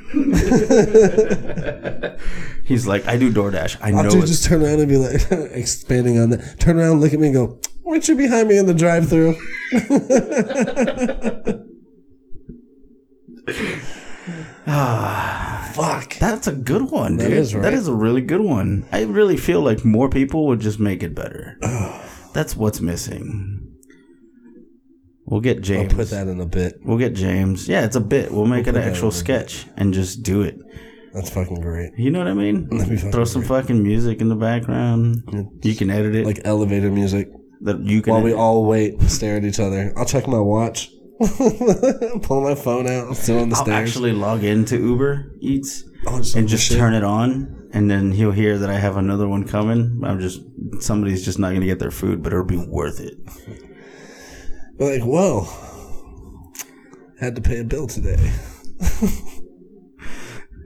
Speaker 1: He's like, I do DoorDash. I know
Speaker 2: I'll
Speaker 1: it's
Speaker 2: just turn around and be like, expanding on that. Turn around, look at me, and go, weren't you behind me in the drive through? Ah, Fuck.
Speaker 1: That's a good one, dude.
Speaker 2: is, right?
Speaker 1: That is a really good one. I really feel like more people would just make it better. That's what's missing. We'll get
Speaker 2: I'll
Speaker 1: James.
Speaker 2: put that in a bit.
Speaker 1: We'll get James. Yeah, it's a bit. We'll make an actual sketch and just do it.
Speaker 2: That's fucking great.
Speaker 1: You know what I mean?
Speaker 2: be fucking
Speaker 1: Throw some fucking music in the background. You can edit it. Like
Speaker 2: Like elevator music.
Speaker 1: that. You can.
Speaker 2: While we
Speaker 1: edit-
Speaker 2: all wait and stare at each other. I'll check my watch. Pull my phone out. I'm still on the
Speaker 1: I'll
Speaker 2: stairs.
Speaker 1: actually log into Uber Eats
Speaker 2: I'll just-
Speaker 1: and just turn it on, and then he'll hear that I have another one coming. I'm just somebody's just not gonna get their food, but it'll be worth it.
Speaker 2: We're like, well, had to pay a bill today.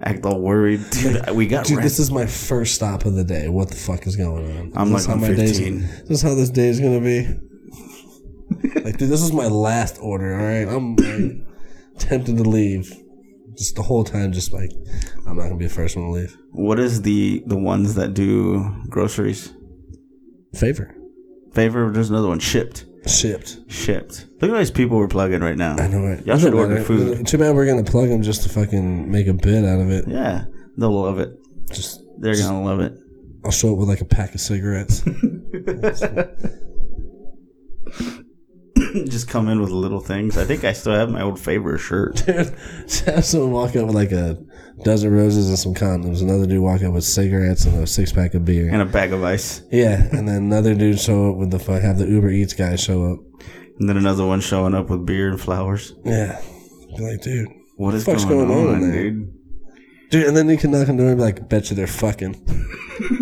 Speaker 1: act all worried. Dude, we got
Speaker 2: Dude,
Speaker 1: rent.
Speaker 2: this is my first stop of the day. What the fuck is going on?
Speaker 1: I'm
Speaker 2: Is
Speaker 1: like
Speaker 2: this how
Speaker 1: on
Speaker 2: my day's-
Speaker 1: 15.
Speaker 2: Is this how this day is gonna be? like, dude, this is my last order. All right, I'm like, tempted to leave. Just the whole time, just like I'm not gonna be the first one to leave.
Speaker 1: What is the the ones that do groceries?
Speaker 2: Favor
Speaker 1: Favor. There's another one. Shipped.
Speaker 2: shipped.
Speaker 1: Shipped. Look at all these people we're plugging right now.
Speaker 2: I know it.
Speaker 1: Y'all should
Speaker 2: Too bad,
Speaker 1: order
Speaker 2: right?
Speaker 1: food.
Speaker 2: Too bad we're gonna plug them just to fucking make a bit out of it.
Speaker 1: Yeah, they'll love it.
Speaker 2: Just
Speaker 1: They're gonna love it.
Speaker 2: I'll show up with like a pack of cigarettes.
Speaker 1: Just come in with little things. I think I still have my old Favor shirt.
Speaker 2: have someone walk up with like a dozen roses and some condoms. Another dude walk up with cigarettes and a six pack of beer.
Speaker 1: And a bag of ice,
Speaker 2: yeah, and then another dude show up with the fuck. Have the Uber Eats guy show up.
Speaker 1: and then another one showing up with beer and flowers.
Speaker 2: Yeah, be like, dude,
Speaker 1: What is
Speaker 2: Fuck's
Speaker 1: going,
Speaker 2: going
Speaker 1: on,
Speaker 2: on in there?
Speaker 1: dude?
Speaker 2: dude, and then you can knock on the door and be like, bet you they're fucking.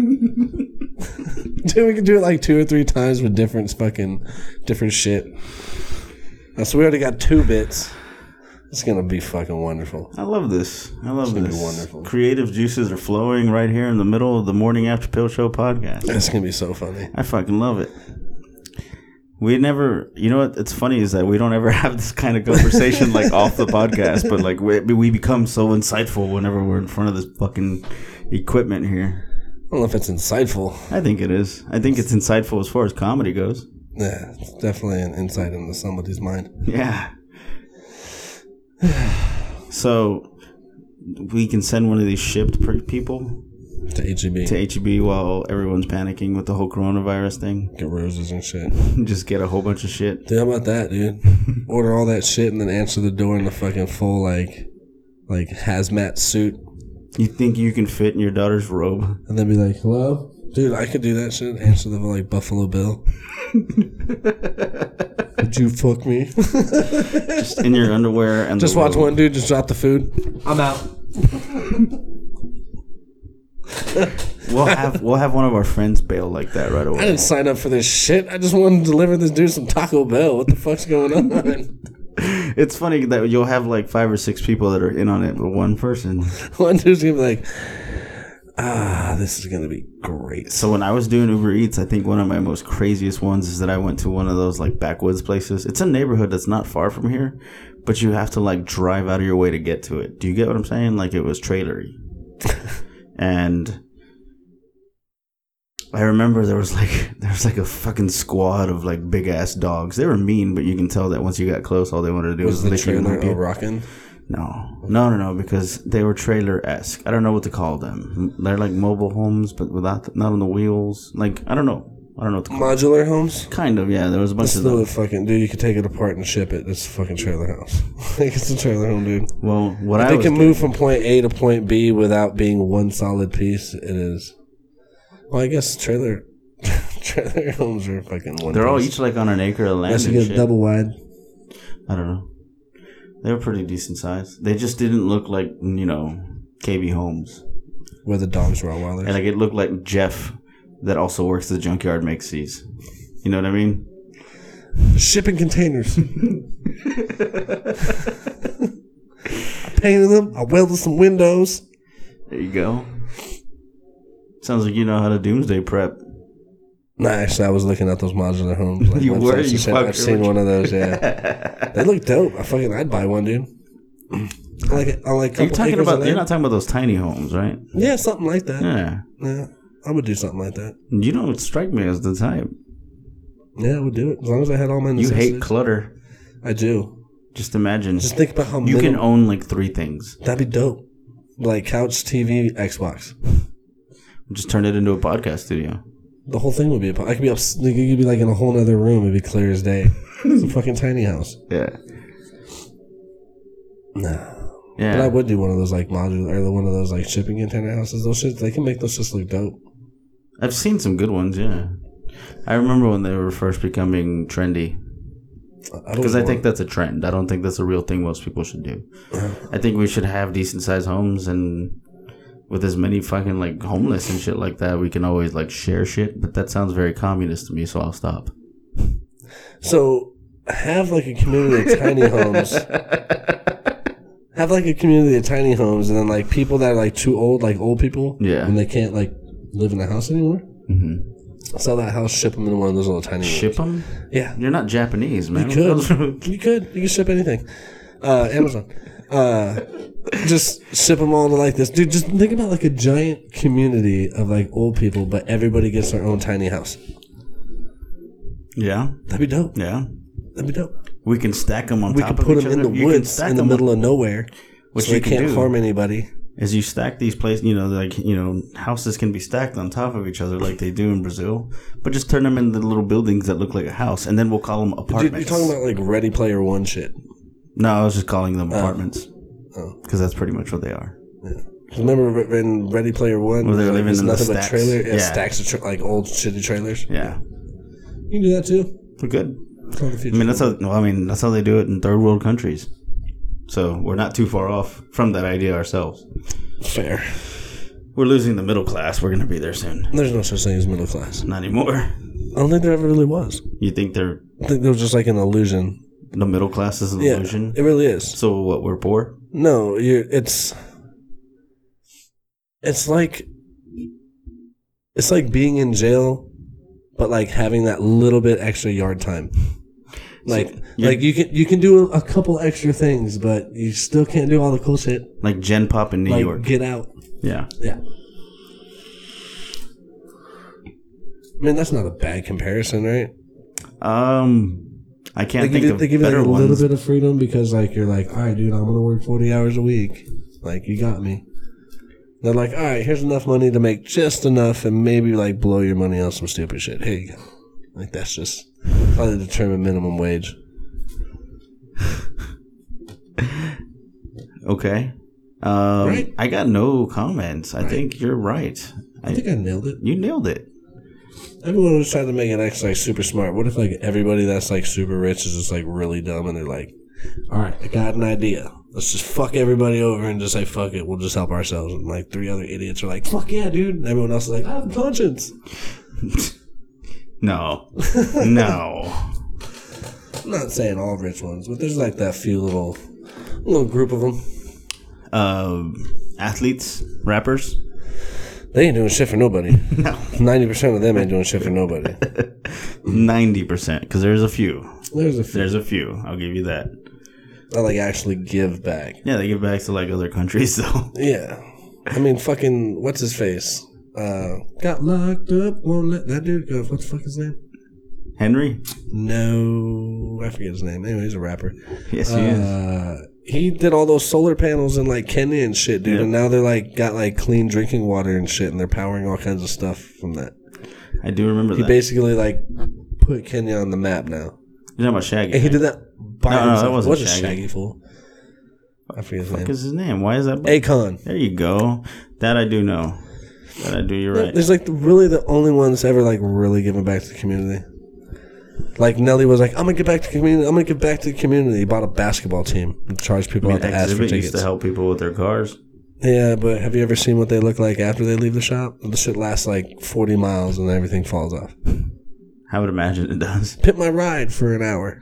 Speaker 2: dude, we can do it like two or three times with different fucking different shit. Now, so we already got two bits. It's gonna be fucking wonderful.
Speaker 1: I love this. I love
Speaker 2: gonna be
Speaker 1: this.
Speaker 2: wonderful.
Speaker 1: Creative juices are flowing right here in the middle of the morning after pill show podcast.
Speaker 2: It's gonna be so funny.
Speaker 1: I fucking love it. we never, you know what? It's funny is that we don't ever have this kind of conversation like off the podcast, but like we, we become so insightful whenever we're in front of this fucking equipment here.
Speaker 2: I don't know if it's insightful.
Speaker 1: I think it is. I think it's insightful as far as comedy goes.
Speaker 2: Yeah, it's definitely an insight into somebody's mind.
Speaker 1: Yeah. So we can send one of these shipped per- people
Speaker 2: To HEB,
Speaker 1: to HEB while everyone's panicking with the whole coronavirus thing.
Speaker 2: get roses and shit.
Speaker 1: Just get a whole bunch of shit.
Speaker 2: Dude, how about that, dude? Order all that shit and then answer the door in the fucking full like, like hazmat suit,
Speaker 1: You think you can fit in your daughter's robe?
Speaker 2: and then be like, "Hello, dude, I could do that shit." Answer the like Buffalo Bill. Would you fuck me?
Speaker 1: Just in your underwear and
Speaker 2: just
Speaker 1: the
Speaker 2: watch
Speaker 1: robe.
Speaker 2: one dude just drop the food. I'm out.
Speaker 1: We'll have we'll have one of our friends bail like that right
Speaker 2: I
Speaker 1: away.
Speaker 2: didn't sign up for this shit. I just wanted to deliver this dude some Taco Bell. What the fuck's going on?
Speaker 1: It's funny that you'll have like five or six people that are in on it, but one person.
Speaker 2: one dude's gonna be like, "Ah, this is gonna be great."
Speaker 1: So when I was doing Uber Eats, I think one of my most craziest ones is that I went to one of those like backwoods places. It's a neighborhood that's not far from here, but you have to like drive out of your way to get to it. Do you get what I'm saying? Like it was trailery. and I remember there was like there was like a fucking squad of like big ass dogs. They were mean, but you can tell that once you got close, all they wanted to do was,
Speaker 2: Was the
Speaker 1: lick you and
Speaker 2: trailer
Speaker 1: hump you.
Speaker 2: a rockin'?
Speaker 1: No, no, no, no, because they were trailer esque. I don't know what to call them. They're like mobile homes, but without not on the wheels. Like I don't know. I don't know what to call.
Speaker 2: Modular homes.
Speaker 1: Kind of, yeah. There was a bunch
Speaker 2: It's
Speaker 1: of them.
Speaker 2: the fucking dude. You could take it apart and ship it. It's a fucking trailer house. like it's a trailer home, dude.
Speaker 1: Well, what I
Speaker 2: They
Speaker 1: was
Speaker 2: can move from point A to point B without being one solid piece. It is. Well, I guess trailer trailer homes are fucking one.
Speaker 1: they're all
Speaker 2: piece.
Speaker 1: each like on an acre of land
Speaker 2: Unless you
Speaker 1: and
Speaker 2: get a
Speaker 1: shit.
Speaker 2: double wide.
Speaker 1: I don't know. They were pretty decent size. They just didn't look like you know KB Homes,
Speaker 2: Where the dogs were all wilder.
Speaker 1: and like it looked like Jeff, that also works at the junkyard, makes these. You know what I mean?
Speaker 2: Shipping containers. I painted them. I welded some windows.
Speaker 1: There you go. Sounds like you know how to doomsday prep.
Speaker 2: Nah, actually, I was looking at those modular homes. Like
Speaker 1: You
Speaker 2: websites
Speaker 1: were?
Speaker 2: and
Speaker 1: You
Speaker 2: shit.
Speaker 1: fucker.
Speaker 2: I've seen one of those. Yeah, they look dope. I fucking, I'd buy one, dude. I like, it. I like.
Speaker 1: You're talking about you're not talking about those tiny homes, right?
Speaker 2: Yeah, something like that.
Speaker 1: Yeah.
Speaker 2: Yeah, I would do something like that.
Speaker 1: You don't strike me as the type.
Speaker 2: Yeah, I would do it as long as I had all my
Speaker 1: You
Speaker 2: necessities.
Speaker 1: hate clutter.
Speaker 2: I do.
Speaker 1: Just imagine.
Speaker 2: Just think about how
Speaker 1: you can
Speaker 2: minim-
Speaker 1: own like three things.
Speaker 2: That'd be dope. Like couch, TV, Xbox.
Speaker 1: Just turn it into a podcast studio.
Speaker 2: The whole thing would be. About, I could be up. Like, you could be like in a whole other room. It'd be clear as day. it's a fucking tiny house.
Speaker 1: Yeah.
Speaker 2: Nah. But I
Speaker 1: Yeah.
Speaker 2: would do one of those like modular or one of those like shipping container houses. Those shit. They can make those just look dope.
Speaker 1: I've seen some good ones, yeah. I remember when they were first becoming trendy.
Speaker 2: Oh, I don't
Speaker 1: Because I
Speaker 2: want-
Speaker 1: think that's a trend. I don't think that's a real thing most people should do. I think we should have decent sized homes and with as many fucking like homeless and shit like that, we can always like share shit. But that sounds very communist to me, so I'll stop.
Speaker 2: so. Have like a community of tiny homes. Have like a community of tiny homes, and then like people that are like too old, like old people,
Speaker 1: Yeah.
Speaker 2: and they can't like live in the house anymore.
Speaker 1: hmm
Speaker 2: Sell that house, ship them in one of those little tiny.
Speaker 1: Ship them?
Speaker 2: Yeah,
Speaker 1: You're not Japanese, man.
Speaker 2: you could. you could. You could ship anything. Uh, Amazon. Uh, just ship them all to like this, dude. Just think about like a giant community of like old people, but everybody gets their own tiny house.
Speaker 1: yeah,
Speaker 2: That'd be dope.
Speaker 1: yeah.
Speaker 2: That'd be dope.
Speaker 1: We can stack them on
Speaker 2: We
Speaker 1: top
Speaker 2: could put
Speaker 1: of each
Speaker 2: them in
Speaker 1: other.
Speaker 2: the
Speaker 1: You can
Speaker 2: woods
Speaker 1: stack
Speaker 2: in the
Speaker 1: 'em
Speaker 2: middle of nowhere,
Speaker 1: Which
Speaker 2: so
Speaker 1: you
Speaker 2: they
Speaker 1: can
Speaker 2: can't
Speaker 1: do.
Speaker 2: harm anybody.
Speaker 1: as you stack these places, you know, like you know, houses can be stacked on top of each other like they do in Brazil, but just turn them into little buildings that look like a house, and then we'll call them
Speaker 2: Dude,
Speaker 1: apartments.
Speaker 2: you're talking about like Ready Player One shit.
Speaker 1: no, I was just calling them apartments
Speaker 2: Oh.
Speaker 1: because that's pretty much what they are.
Speaker 2: Remember in Ready Player One,
Speaker 1: Where they're living
Speaker 2: it's
Speaker 1: in the
Speaker 2: nothing but
Speaker 1: stacks.
Speaker 2: trailer, yeah,
Speaker 1: Yeah.
Speaker 2: stacks of tra- like old shitty trailers.
Speaker 1: Yeah,
Speaker 2: You can do that too.
Speaker 1: we're good.
Speaker 2: It's not the future.
Speaker 1: I mean, that's how. Well, I mean, that's how they do it in third world countries. So we're not too far off from that idea ourselves.
Speaker 2: Fair.
Speaker 1: We're losing the middle class. We're gonna be there soon.
Speaker 2: There's no such thing as middle class.
Speaker 1: Not anymore.
Speaker 2: I don't think there ever really was.
Speaker 1: You think they're
Speaker 2: I think there was just like an illusion.
Speaker 1: the middle class is an
Speaker 2: Yeah,
Speaker 1: illusion?
Speaker 2: it really is.
Speaker 1: So what? We're poor.
Speaker 2: No, you it's it's like it's like being in jail but like having that little bit extra yard time. Like,
Speaker 1: you're-
Speaker 2: like you can you can do a couple extra things, but you still can't do all the cool shit.
Speaker 1: Like Gen Pop in New
Speaker 2: Like,
Speaker 1: York.
Speaker 2: get out.
Speaker 1: Yeah.
Speaker 2: Yeah. Man, that's not a bad comparison, right?
Speaker 1: Um, I can't
Speaker 2: They give,
Speaker 1: think
Speaker 2: you,
Speaker 1: of
Speaker 2: they give you like
Speaker 1: better
Speaker 2: a little
Speaker 1: ones.
Speaker 2: bit of freedom because, like, you're like, all right, dude, I'm gonna work 40 hours a week. Like, you got me. They're like, all right, here's enough money to make just enough, and maybe like blow your money on some stupid shit. Here you go. Like, that's just how they determine minimum wage.
Speaker 1: Okay. Um,
Speaker 2: Right?
Speaker 1: I got no comments. I think you're right. I,
Speaker 2: I think I nailed it.
Speaker 1: you nailed it.
Speaker 2: Everyone was trying to make it act like super smart. What if like everybody that's like super rich is just like really dumb and they're like, all right, I got an idea. Let's just fuck everybody over and just say fuck it. We'll just help ourselves. And like three other idiots are like, fuck yeah, dude. And everyone else is like, I have a conscience.
Speaker 1: No. no.
Speaker 2: I'm not saying all rich ones, but there's like that few little little group of them.
Speaker 1: Um, athletes, rappers.
Speaker 2: They ain't doing shit for nobody.
Speaker 1: No.
Speaker 2: Ninety percent of them ain't doing shit for nobody.
Speaker 1: Ninety percent, because there's a few.
Speaker 2: There's a few
Speaker 1: There's a few. I'll give you that.
Speaker 2: that like actually give back.
Speaker 1: Yeah, they give back to like other countries though.
Speaker 2: Yeah. I mean, fucking, what's his face? Uh, got locked up, won't let that dude go. What the fuck is his name?
Speaker 1: Henry.
Speaker 2: No, I forget his name. Anyway, he's a rapper.
Speaker 1: Yes, he is.
Speaker 2: Uh, he did all those solar panels in like Kenya and shit, dude.
Speaker 1: Yeah.
Speaker 2: And now they're like got like clean drinking water and shit, and they're powering all kinds of stuff from that.
Speaker 1: I do remember
Speaker 2: He
Speaker 1: that.
Speaker 2: basically like put Kenya on the map now.
Speaker 1: You're talking about Shaggy.
Speaker 2: And he
Speaker 1: right?
Speaker 2: did that by
Speaker 1: No, no, that
Speaker 2: himself.
Speaker 1: wasn't
Speaker 2: What a
Speaker 1: Shaggy.
Speaker 2: shaggy fool. I forget his
Speaker 1: What
Speaker 2: name.
Speaker 1: is his name? Why is that?
Speaker 2: Akon.
Speaker 1: There you go. That I do know. That I do. You're right.
Speaker 2: There's like the, really the only ones ever like really giving back to the community. Like Nelly was like, I'm gonna give back to the community. I'm gonna give back to the community. He bought a basketball team and charged people out to ask for
Speaker 1: Exhibit used to
Speaker 2: tickets.
Speaker 1: help people with their cars.
Speaker 2: Yeah, but have you ever seen what they look like after they leave the shop? The shit lasts like 40 miles and everything falls off.
Speaker 1: I would imagine it does.
Speaker 2: Pit my ride for an hour.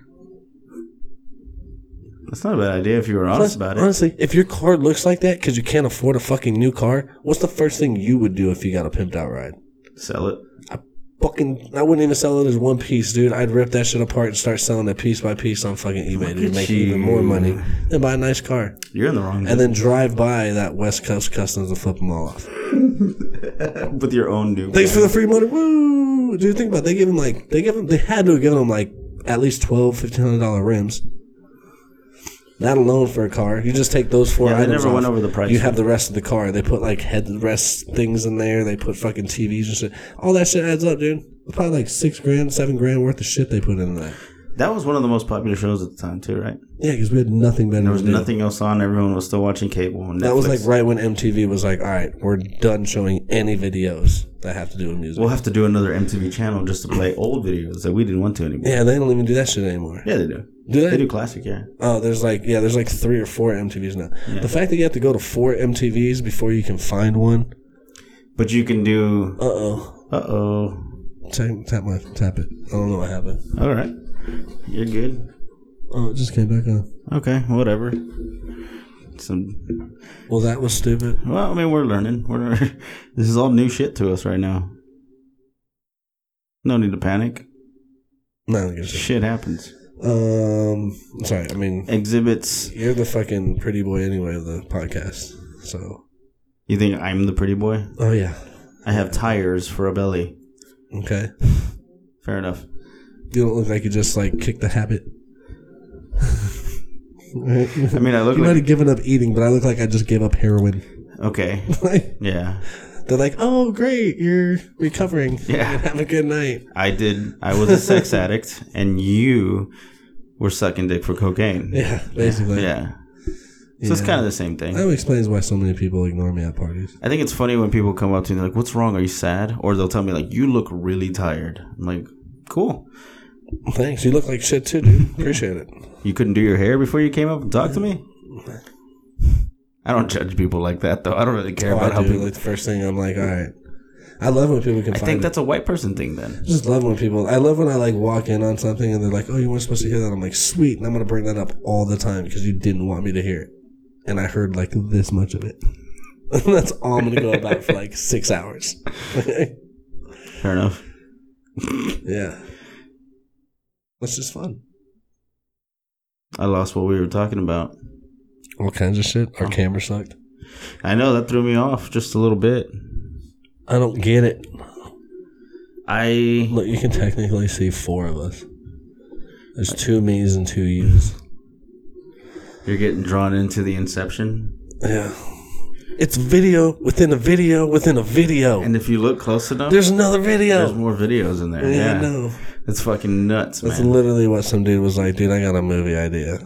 Speaker 1: That's not a bad idea if you were honest about it.
Speaker 2: Honestly, if your car looks like that because you can't afford a fucking new car, what's the first thing you would do if you got a pimped out ride?
Speaker 1: Sell it.
Speaker 2: Fucking, I wouldn't even sell it as one piece, dude. I'd rip that shit apart and start selling it piece by piece on fucking eBay to make
Speaker 1: you.
Speaker 2: even more money and buy a nice car.
Speaker 1: You're in the wrong.
Speaker 2: And then drive by that West Coast Customs and flip them all off.
Speaker 1: with your own new.
Speaker 2: Thanks for the free money. Woo! Dude, think about it. They give him like, they give him, they had to have given him like at least $1,200, $1,500 rims. That alone for a car. You just take those four
Speaker 1: Yeah, they
Speaker 2: items.
Speaker 1: never went
Speaker 2: off,
Speaker 1: over the price.
Speaker 2: You have the rest of the car. They put like headrest things in there. They put fucking TVs and shit. All that shit adds up, dude. Probably like six grand, seven grand worth of shit they put in there.
Speaker 1: that was one of the most popular shows at the time too, right?
Speaker 2: Yeah, because we had nothing better
Speaker 1: There was
Speaker 2: to do.
Speaker 1: nothing else on. Everyone was still watching cable. And
Speaker 2: That was
Speaker 1: Netflix.
Speaker 2: like right when MTV was like, all right, we're done showing any videos that have to do with music.
Speaker 1: we'll have to do another MTV channel just to play old videos that we didn't want to anymore.
Speaker 2: yeah, they don't even do that shit anymore.
Speaker 1: Yeah, they do.
Speaker 2: Do
Speaker 1: They do classic. Yeah,
Speaker 2: Oh, there's like yeah, there's like three or four MTVs now. The fact that you have to go to four MTVs before you can find one.
Speaker 1: but you can do.
Speaker 2: Uh oh.
Speaker 1: Uh oh.
Speaker 2: Tap, tap my tap it. I don't know what happened.
Speaker 1: All right, you're good.
Speaker 2: Oh, it just came back on.
Speaker 1: Okay, whatever. Some
Speaker 2: Well, that was stupid.
Speaker 1: Well, I mean, we're learning. We're this is all new shit to us right now. No need to panic.
Speaker 2: No, I don't give a shit.
Speaker 1: Shit happens.
Speaker 2: Um, I'm sorry. I mean,
Speaker 1: Exhibits.
Speaker 2: you're the fucking pretty boy anyway of the podcast. So.
Speaker 1: You think I'm the pretty boy?
Speaker 2: Oh yeah.
Speaker 1: I have tires for a belly.
Speaker 2: Okay.
Speaker 1: Fair enough.
Speaker 2: You don't look like you just like kicked the habit. Right?
Speaker 1: I mean, I look
Speaker 2: You might
Speaker 1: like
Speaker 2: have given up eating, but I look like I just gave up heroin.
Speaker 1: okay. Yeah,
Speaker 2: They're like, "Oh, great, you're recovering.
Speaker 1: Yeah.
Speaker 2: have a good night."
Speaker 1: I did. I was a sex addict, and you were sucking dick for cocaine. Yeah.
Speaker 2: Yeah, basically.
Speaker 1: So it's kind of the same thing.
Speaker 2: That explains why so many people ignore me at parties.
Speaker 1: I think it's funny when people come up to me they're like, "What's wrong? Are you sad?" Or they'll tell me like, "You look really tired." I'm like, "Cool."
Speaker 2: Thanks. You look like shit too, dude. Appreciate it.
Speaker 1: You couldn't do your hair before you came up and talked to me? I don't judge people like that though. I don't really care
Speaker 2: Oh,
Speaker 1: about
Speaker 2: I
Speaker 1: how
Speaker 2: do.
Speaker 1: people.
Speaker 2: Like the first thing, I'm like, all right. I love when people can
Speaker 1: I
Speaker 2: find
Speaker 1: think
Speaker 2: it.
Speaker 1: that's a white person thing then.
Speaker 2: I just love when people. I love when I like walk in on something and they're like, "Oh, you weren't supposed to hear that." I'm like, "Sweet," and I'm gonna bring that up all the time because you didn't want me to hear it, and I heard like this much of it. that's all I'm gonna go about for like six hours.
Speaker 1: Fair enough.
Speaker 2: yeah. Which is fun.
Speaker 1: I lost what we were talking about.
Speaker 2: All kinds of shit. Our camera sucked.
Speaker 1: I know that threw me off just a little bit.
Speaker 2: I don't get it.
Speaker 1: I
Speaker 2: Look, you can technically see four of us. There's two me's and two you's.
Speaker 1: you're getting drawn into the inception.
Speaker 2: Yeah. It's video within a video within a video.
Speaker 1: And if you look close enough, there's,
Speaker 2: There's another video.
Speaker 1: more videos in there.
Speaker 2: yeah,
Speaker 1: Yeah,
Speaker 2: I know.
Speaker 1: it's fucking nuts,
Speaker 2: That's
Speaker 1: man.
Speaker 2: literally what some dude was like, dude, I got a movie idea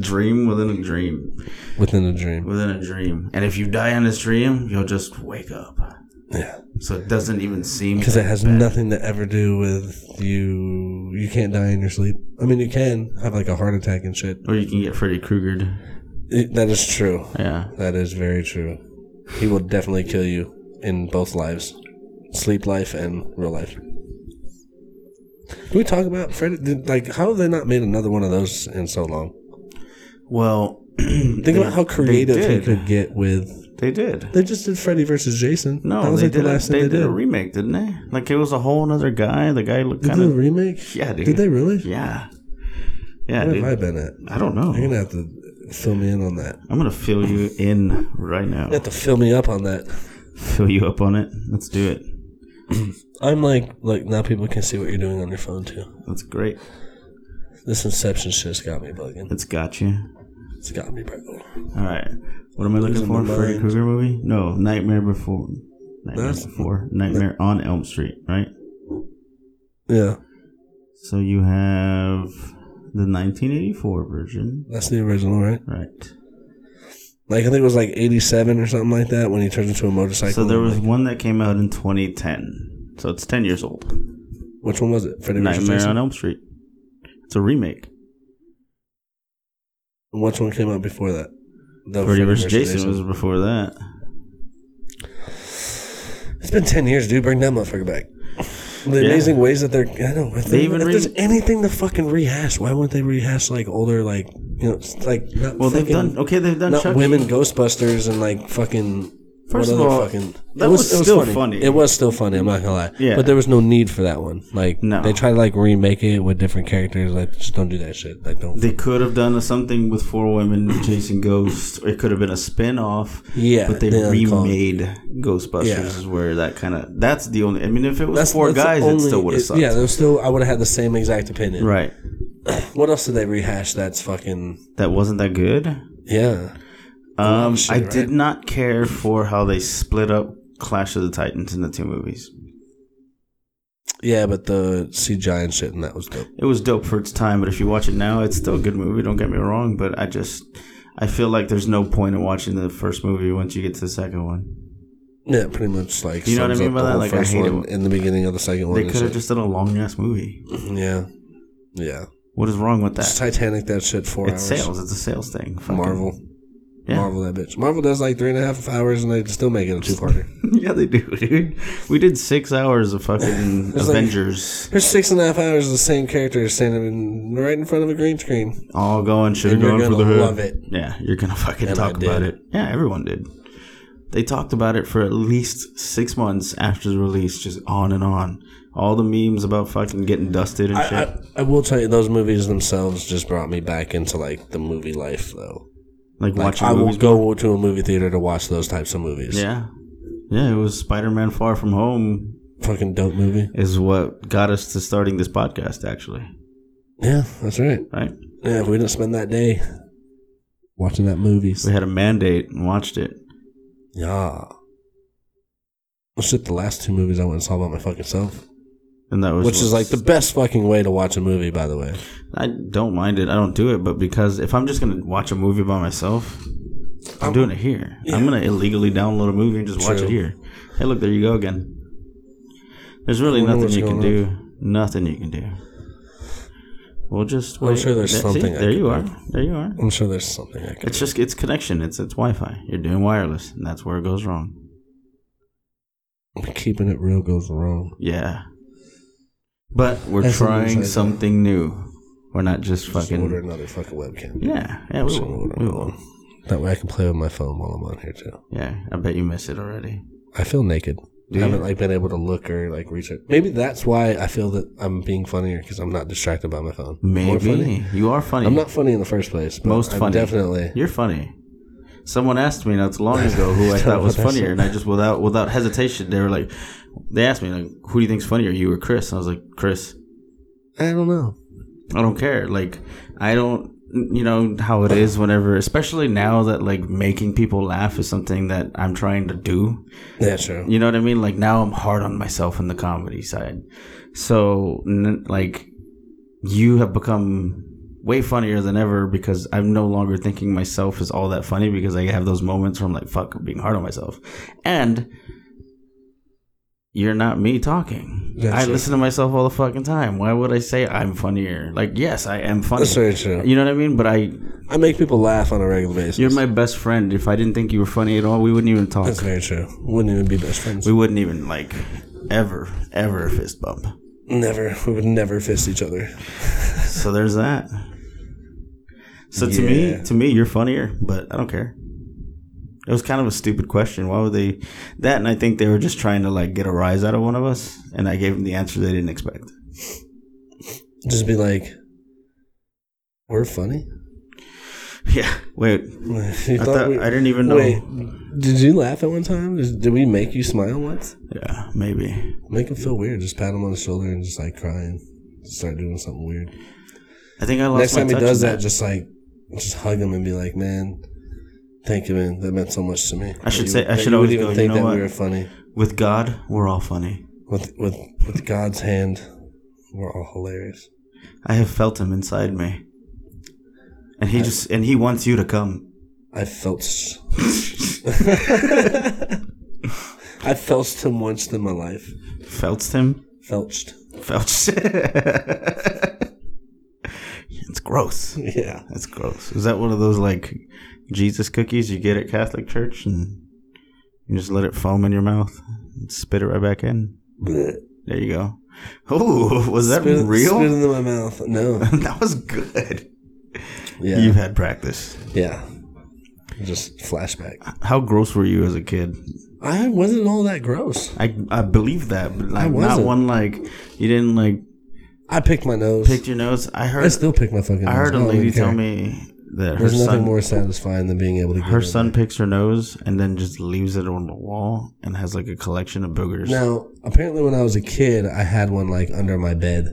Speaker 1: dream within a dream,
Speaker 2: within a dream.
Speaker 1: within a dream. And if you die in this dream, you'll just wake up.
Speaker 2: Yeah.
Speaker 1: So it doesn't even seem
Speaker 2: Because it has nothing to ever do with you. You can't die in your sleep. I mean, you can have like a heart attack and shit.
Speaker 1: Or you can get Freddy Kruegered.
Speaker 2: It- that is true.
Speaker 1: Yeah.
Speaker 2: That is very true. He will definitely kill you in both lives sleep life and real life. Can we talk about Freddy? Did, like, how have they not made another one of those in so long?
Speaker 1: Well,
Speaker 2: Think about how creative he
Speaker 1: did.
Speaker 2: could get with.
Speaker 1: they did.
Speaker 2: They just did Freddy versus Jason.
Speaker 1: No,
Speaker 2: that was
Speaker 1: they
Speaker 2: like
Speaker 1: did.
Speaker 2: the
Speaker 1: a-
Speaker 2: last
Speaker 1: they
Speaker 2: thing
Speaker 1: did, a remake, didn't they? Like it was a whole other guy. The guy looked
Speaker 2: Did
Speaker 1: kind
Speaker 2: they do a
Speaker 1: of.
Speaker 2: remake?
Speaker 1: Yeah, dude.
Speaker 2: Did they really?
Speaker 1: Yeah. Yeah,
Speaker 2: Where
Speaker 1: dude.
Speaker 2: have I been at?
Speaker 1: I don't know.
Speaker 2: You're gonna have to fill me in on that.
Speaker 1: I'm gonna fill you in right now.
Speaker 2: You have to fill me up on that.
Speaker 1: Fill you up on it. Let's do it.
Speaker 2: I'm like, like now people can see what you're doing on your phone too.
Speaker 1: That's great.
Speaker 2: This Inception shit's got me bugging.
Speaker 1: It's got you.
Speaker 2: It's got me bugging.
Speaker 1: All right. What am I looking
Speaker 2: Losing
Speaker 1: for?
Speaker 2: my
Speaker 1: Freddy
Speaker 2: mind.
Speaker 1: Krueger movie? No, Nightmare Before. Nightmare
Speaker 2: That's-
Speaker 1: Before. Nightmare on Elm Street. Right.
Speaker 2: Yeah,
Speaker 1: So you have the 1984 version.
Speaker 2: that's the original, right?
Speaker 1: Right.
Speaker 2: Like I think it was like '87 or something like that when he turns into a motorcycle.
Speaker 1: So there was
Speaker 2: Like,
Speaker 1: one that came out in 2010. So it's 10 years old.
Speaker 2: which one was it? Freddy versus
Speaker 1: Nightmare
Speaker 2: Jason.
Speaker 1: on Elm Street. It's a remake.
Speaker 2: And Which one came out before that? The
Speaker 1: Freddy vs. Jason was before that.
Speaker 2: It's been ten years, dude. Bring that motherfucker back. The
Speaker 1: Yeah.
Speaker 2: amazing ways that they're. I know. If,
Speaker 1: They
Speaker 2: they
Speaker 1: even
Speaker 2: if
Speaker 1: re-
Speaker 2: there's anything to fucking rehash, why wouldn't they rehash like older, like you know, it's like not
Speaker 1: Well, they've
Speaker 2: fucking-
Speaker 1: done okay. They've done
Speaker 2: not
Speaker 1: Chucky.
Speaker 2: women Ghostbusters and like fucking.
Speaker 1: E. First
Speaker 2: what
Speaker 1: of
Speaker 2: other
Speaker 1: all,
Speaker 2: fucking,
Speaker 1: that was still funny.
Speaker 2: It was still funny. I'm not gonna lie.
Speaker 1: Yeah.
Speaker 2: but there was no need for that one. Like
Speaker 1: No.
Speaker 2: they try to like remake it with different characters. Like just don't do that shit. Like don't.
Speaker 1: They could have done something with four women chasing ghosts. It could have been a spin off.
Speaker 2: Yeah,
Speaker 1: but they
Speaker 2: they don't call it.
Speaker 1: remade Ghostbusters.
Speaker 2: Yeah.
Speaker 1: Is where that kind of that's the only. I mean, if it was four
Speaker 2: the
Speaker 1: guys, it
Speaker 2: only-
Speaker 1: still would have sucked.
Speaker 2: Yeah, there was still. I would have had the same exact opinion.
Speaker 1: Right.
Speaker 2: What else did they rehash? That's fucking.
Speaker 1: That wasn't that good.
Speaker 2: Yeah.
Speaker 1: Um,
Speaker 2: Oh, shit,
Speaker 1: I
Speaker 2: right?
Speaker 1: did not care for how they split up Clash of the Titans in the two movies.
Speaker 2: Yeah, but the CGI and shit and that was dope.
Speaker 1: It was dope for its time, but if you watch it now, it's still a good movie. Don't get me wrong, but I just I feel like there's no point in watching the first movie once you get to the second one.
Speaker 2: Yeah, pretty much like
Speaker 1: You know what I
Speaker 2: sums
Speaker 1: mean
Speaker 2: up
Speaker 1: by
Speaker 2: the
Speaker 1: that?
Speaker 2: whole
Speaker 1: Like, I
Speaker 2: first
Speaker 1: hate it
Speaker 2: one
Speaker 1: when-
Speaker 2: in the beginning of the second one.
Speaker 1: They
Speaker 2: and
Speaker 1: could have
Speaker 2: shit.
Speaker 1: just done a long ass movie.
Speaker 2: yeah, yeah.
Speaker 1: What is wrong with
Speaker 2: It's
Speaker 1: that?
Speaker 2: Titanic that shit four
Speaker 1: It's
Speaker 2: hours.
Speaker 1: sales. It's a sales thing. Fucking-
Speaker 2: Marvel,
Speaker 1: Yeah.
Speaker 2: Marvel that bitch. Marvel does like three and a half hours and they still make it a two parter.
Speaker 1: yeah, they do, dude. We did six hours of fucking
Speaker 2: It's like-
Speaker 1: Avengers,
Speaker 2: There's six and a half hours of the same character standing in, right in front of a green screen.
Speaker 1: all going should have
Speaker 2: And you're
Speaker 1: gone for the
Speaker 2: gonna
Speaker 1: hood.
Speaker 2: love it.
Speaker 1: Yeah, you're gonna fucking
Speaker 2: And I
Speaker 1: talk about
Speaker 2: did.
Speaker 1: it. Yeah, everyone did. They talked about it for at least six months after the release, just on and on. All the memes about fucking getting dusted and shit.
Speaker 2: I, I, I will tell you, those movies themselves just brought me back into like the movie life, though.
Speaker 1: like,
Speaker 2: Like,
Speaker 1: watching
Speaker 2: I will
Speaker 1: movies.
Speaker 2: go to a movie theater to watch those types of movies.
Speaker 1: yeah, yeah. It was Spider-Man: Far From Home
Speaker 2: fucking dope movie.
Speaker 1: is what got us to starting this podcast, actually.
Speaker 2: Yeah, that's right.
Speaker 1: Right?
Speaker 2: Yeah, if we didn't spend that day watching that movie.
Speaker 1: We had a mandate and watched it.
Speaker 2: Yeah. Well, shit, the last two movies I went and saw by my fucking self.
Speaker 1: And that was
Speaker 2: Which is
Speaker 1: what-
Speaker 2: like the best fucking way to watch a movie, by the way.
Speaker 1: I don't mind it. I don't do it, but because if I'm just gonna watch a movie by myself, I'm, doing it here. I'm gonna illegally download a movie and just watch
Speaker 2: True.
Speaker 1: it here. Hey, look, there you go again. There's really nothing
Speaker 2: wonder what's
Speaker 1: you can
Speaker 2: going
Speaker 1: do. Nothing you can do. We'll just.
Speaker 2: I'm
Speaker 1: wait.
Speaker 2: sure there's
Speaker 1: That's
Speaker 2: something
Speaker 1: it.
Speaker 2: I
Speaker 1: There
Speaker 2: could
Speaker 1: you
Speaker 2: do.
Speaker 1: are. There you are.
Speaker 2: I'm sure there's something I could.
Speaker 1: It's just it's connection. It's it's Wi-Fi. You're doing wireless, and that's where it goes wrong.
Speaker 2: Keeping it real goes wrong.
Speaker 1: Yeah. But we're
Speaker 2: That's what it looks
Speaker 1: trying
Speaker 2: like.
Speaker 1: something new. We're not just
Speaker 2: Just
Speaker 1: fucking.
Speaker 2: order another fucking webcam.
Speaker 1: Yeah, yeah, we
Speaker 2: Just gonna
Speaker 1: will.
Speaker 2: order
Speaker 1: We
Speaker 2: another
Speaker 1: will.
Speaker 2: one. That way I can play with my phone while I'm on here, too.
Speaker 1: Yeah, I bet you miss it already.
Speaker 2: I feel naked.
Speaker 1: Do
Speaker 2: I haven't
Speaker 1: you?
Speaker 2: like been able to look or like research. Maybe that's why I feel that I'm being funnier because I'm not distracted by my phone. More funny.
Speaker 1: Maybe you are funny.
Speaker 2: I'm not funny in the first place. But
Speaker 1: Most
Speaker 2: I'm
Speaker 1: funny.
Speaker 2: definitely.
Speaker 1: You're funny. Someone asked me not too long ago who I thought was funnier, and I just without without hesitation, they were like, they asked me like, who do you think's funnier, you or Chris? And I was like, Chris.
Speaker 2: I don't know.
Speaker 1: I don't care. Like I don't you know how it is whenever especially now that like making people laugh is something that I'm trying to do.
Speaker 2: Yeah, sure.
Speaker 1: You know what I mean? Like now I'm hard on myself in the comedy side. So n- like you have become way funnier than ever because I'm no longer thinking myself is all that funny because I have those moments where I'm like fuck I'm being hard on myself. And you're not me talking.
Speaker 2: That's
Speaker 1: I
Speaker 2: it.
Speaker 1: listen to myself all the fucking time. Why would I say I'm funnier? Like yes, I am funny.
Speaker 2: That's very true.
Speaker 1: You know what I mean? But I
Speaker 2: I make people laugh on a regular basis.
Speaker 1: you're my best friend. If I didn't think you were funny at all, we wouldn't even talk.
Speaker 2: That's very true. Wouldn't even be best friends.
Speaker 1: We wouldn't even like ever, ever fist bump.
Speaker 2: never. We would never fist each other.
Speaker 1: So there's that. So to me,
Speaker 2: Yeah.
Speaker 1: to me, you're funnier, but I don't care. It was kind of a stupid question. Why would they that? And I think they were just trying to like get a rise out of one of us, and I gave them the answer they didn't expect.
Speaker 2: Just be like, we're funny.
Speaker 1: Yeah. Wait.
Speaker 2: You
Speaker 1: I thought
Speaker 2: we-
Speaker 1: I didn't even know.
Speaker 2: Wait, did you laugh at one time? Did, did we make you smile once?
Speaker 1: Yeah. Maybe.
Speaker 2: Make him feel weird. Just pat him on the shoulder and just like crying. Just start doing something weird.
Speaker 1: I think I lost
Speaker 2: Next
Speaker 1: my
Speaker 2: time he
Speaker 1: touch
Speaker 2: does
Speaker 1: in
Speaker 2: that, just like just hug him and be like, "Man, thank you, man. That meant so much to me."
Speaker 1: I should
Speaker 2: That
Speaker 1: say- I
Speaker 2: that
Speaker 1: should
Speaker 2: you would
Speaker 1: always
Speaker 2: even
Speaker 1: go,
Speaker 2: think
Speaker 1: "You know
Speaker 2: that
Speaker 1: what?"
Speaker 2: we were funny
Speaker 1: With God, we're all funny.
Speaker 2: with with with God's hand. We're all hilarious.
Speaker 1: I have felt him inside me, and he just and he wants you to come.
Speaker 2: I felt. s- I felched him once in my life.
Speaker 1: Felched him.
Speaker 2: Felched.
Speaker 1: Felched. it's gross.
Speaker 2: Yeah.
Speaker 1: That's gross. Is that one of those like Jesus cookies you get at Catholic Church and you just let it foam in your mouth and spit it right back in?
Speaker 2: Blech.
Speaker 1: There you go. Oh, was that
Speaker 2: Spit-
Speaker 1: real?
Speaker 2: Spit into my mouth. No.
Speaker 1: that was good.
Speaker 2: Yeah.
Speaker 1: You've had practice.
Speaker 2: Yeah. Just flashback.
Speaker 1: How gross were you as a kid?
Speaker 2: I wasn't all that gross.
Speaker 1: I I believe that, but like not
Speaker 2: wasn't.
Speaker 1: one like you didn't like
Speaker 2: I picked my nose.
Speaker 1: pick your nose. I
Speaker 2: I
Speaker 1: heard
Speaker 2: still pick my fucking
Speaker 1: I
Speaker 2: nose.
Speaker 1: heard a
Speaker 2: don't
Speaker 1: lady
Speaker 2: even care.
Speaker 1: tell me that her
Speaker 2: There's nothing
Speaker 1: son
Speaker 2: more satisfying than being able to get
Speaker 1: her
Speaker 2: rid of
Speaker 1: son picks her nose and then just leaves it on the wall and has like a collection of boogers.
Speaker 2: it. Now, apparently, when I was a kid, I had one like under my bed.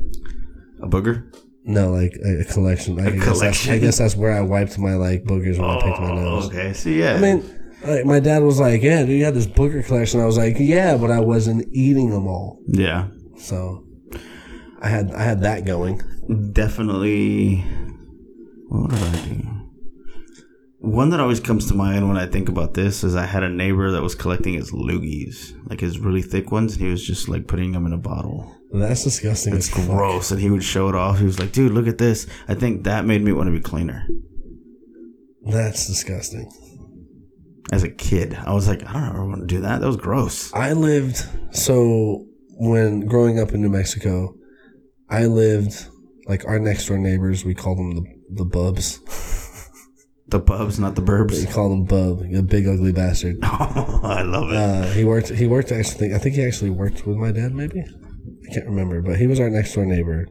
Speaker 1: A booger?
Speaker 2: No, like a, a collection. Like, I guess that's-
Speaker 1: collection? Oh,
Speaker 2: I guess that's where I wiped my like boogers when I picked my nose.
Speaker 1: okay. So yeah.
Speaker 2: Oh, I mean, like my dad was like, "Yeah, dude, you had this booger collection." I was like, "Yeah," but I wasn't eating them all,
Speaker 1: yeah.
Speaker 2: so I had I had that going.
Speaker 1: Definitely what did I do? One that always comes to mind when I think about this is I had a neighbor that was collecting his loogies, like his really thick ones, and he was just like putting them in a bottle.
Speaker 2: That's disgusting.
Speaker 1: It's gross. And he would show it off. He was like, dude, look at this. I think that made me want to be cleaner.
Speaker 2: That's disgusting.
Speaker 1: As a kid, I was like, I don't ever want to do that. That was gross.
Speaker 2: I lived so when growing up in New Mexico, I lived like our next door neighbors. We call them the the bubs.
Speaker 1: The pubs, not the
Speaker 2: We
Speaker 1: burbs.
Speaker 2: call them bub, a big ugly bastard.
Speaker 1: Oh, I love it.
Speaker 2: Uh, he worked. He worked actually. I think he actually worked with my dad. Maybe I can't remember, but he was our next door neighbor.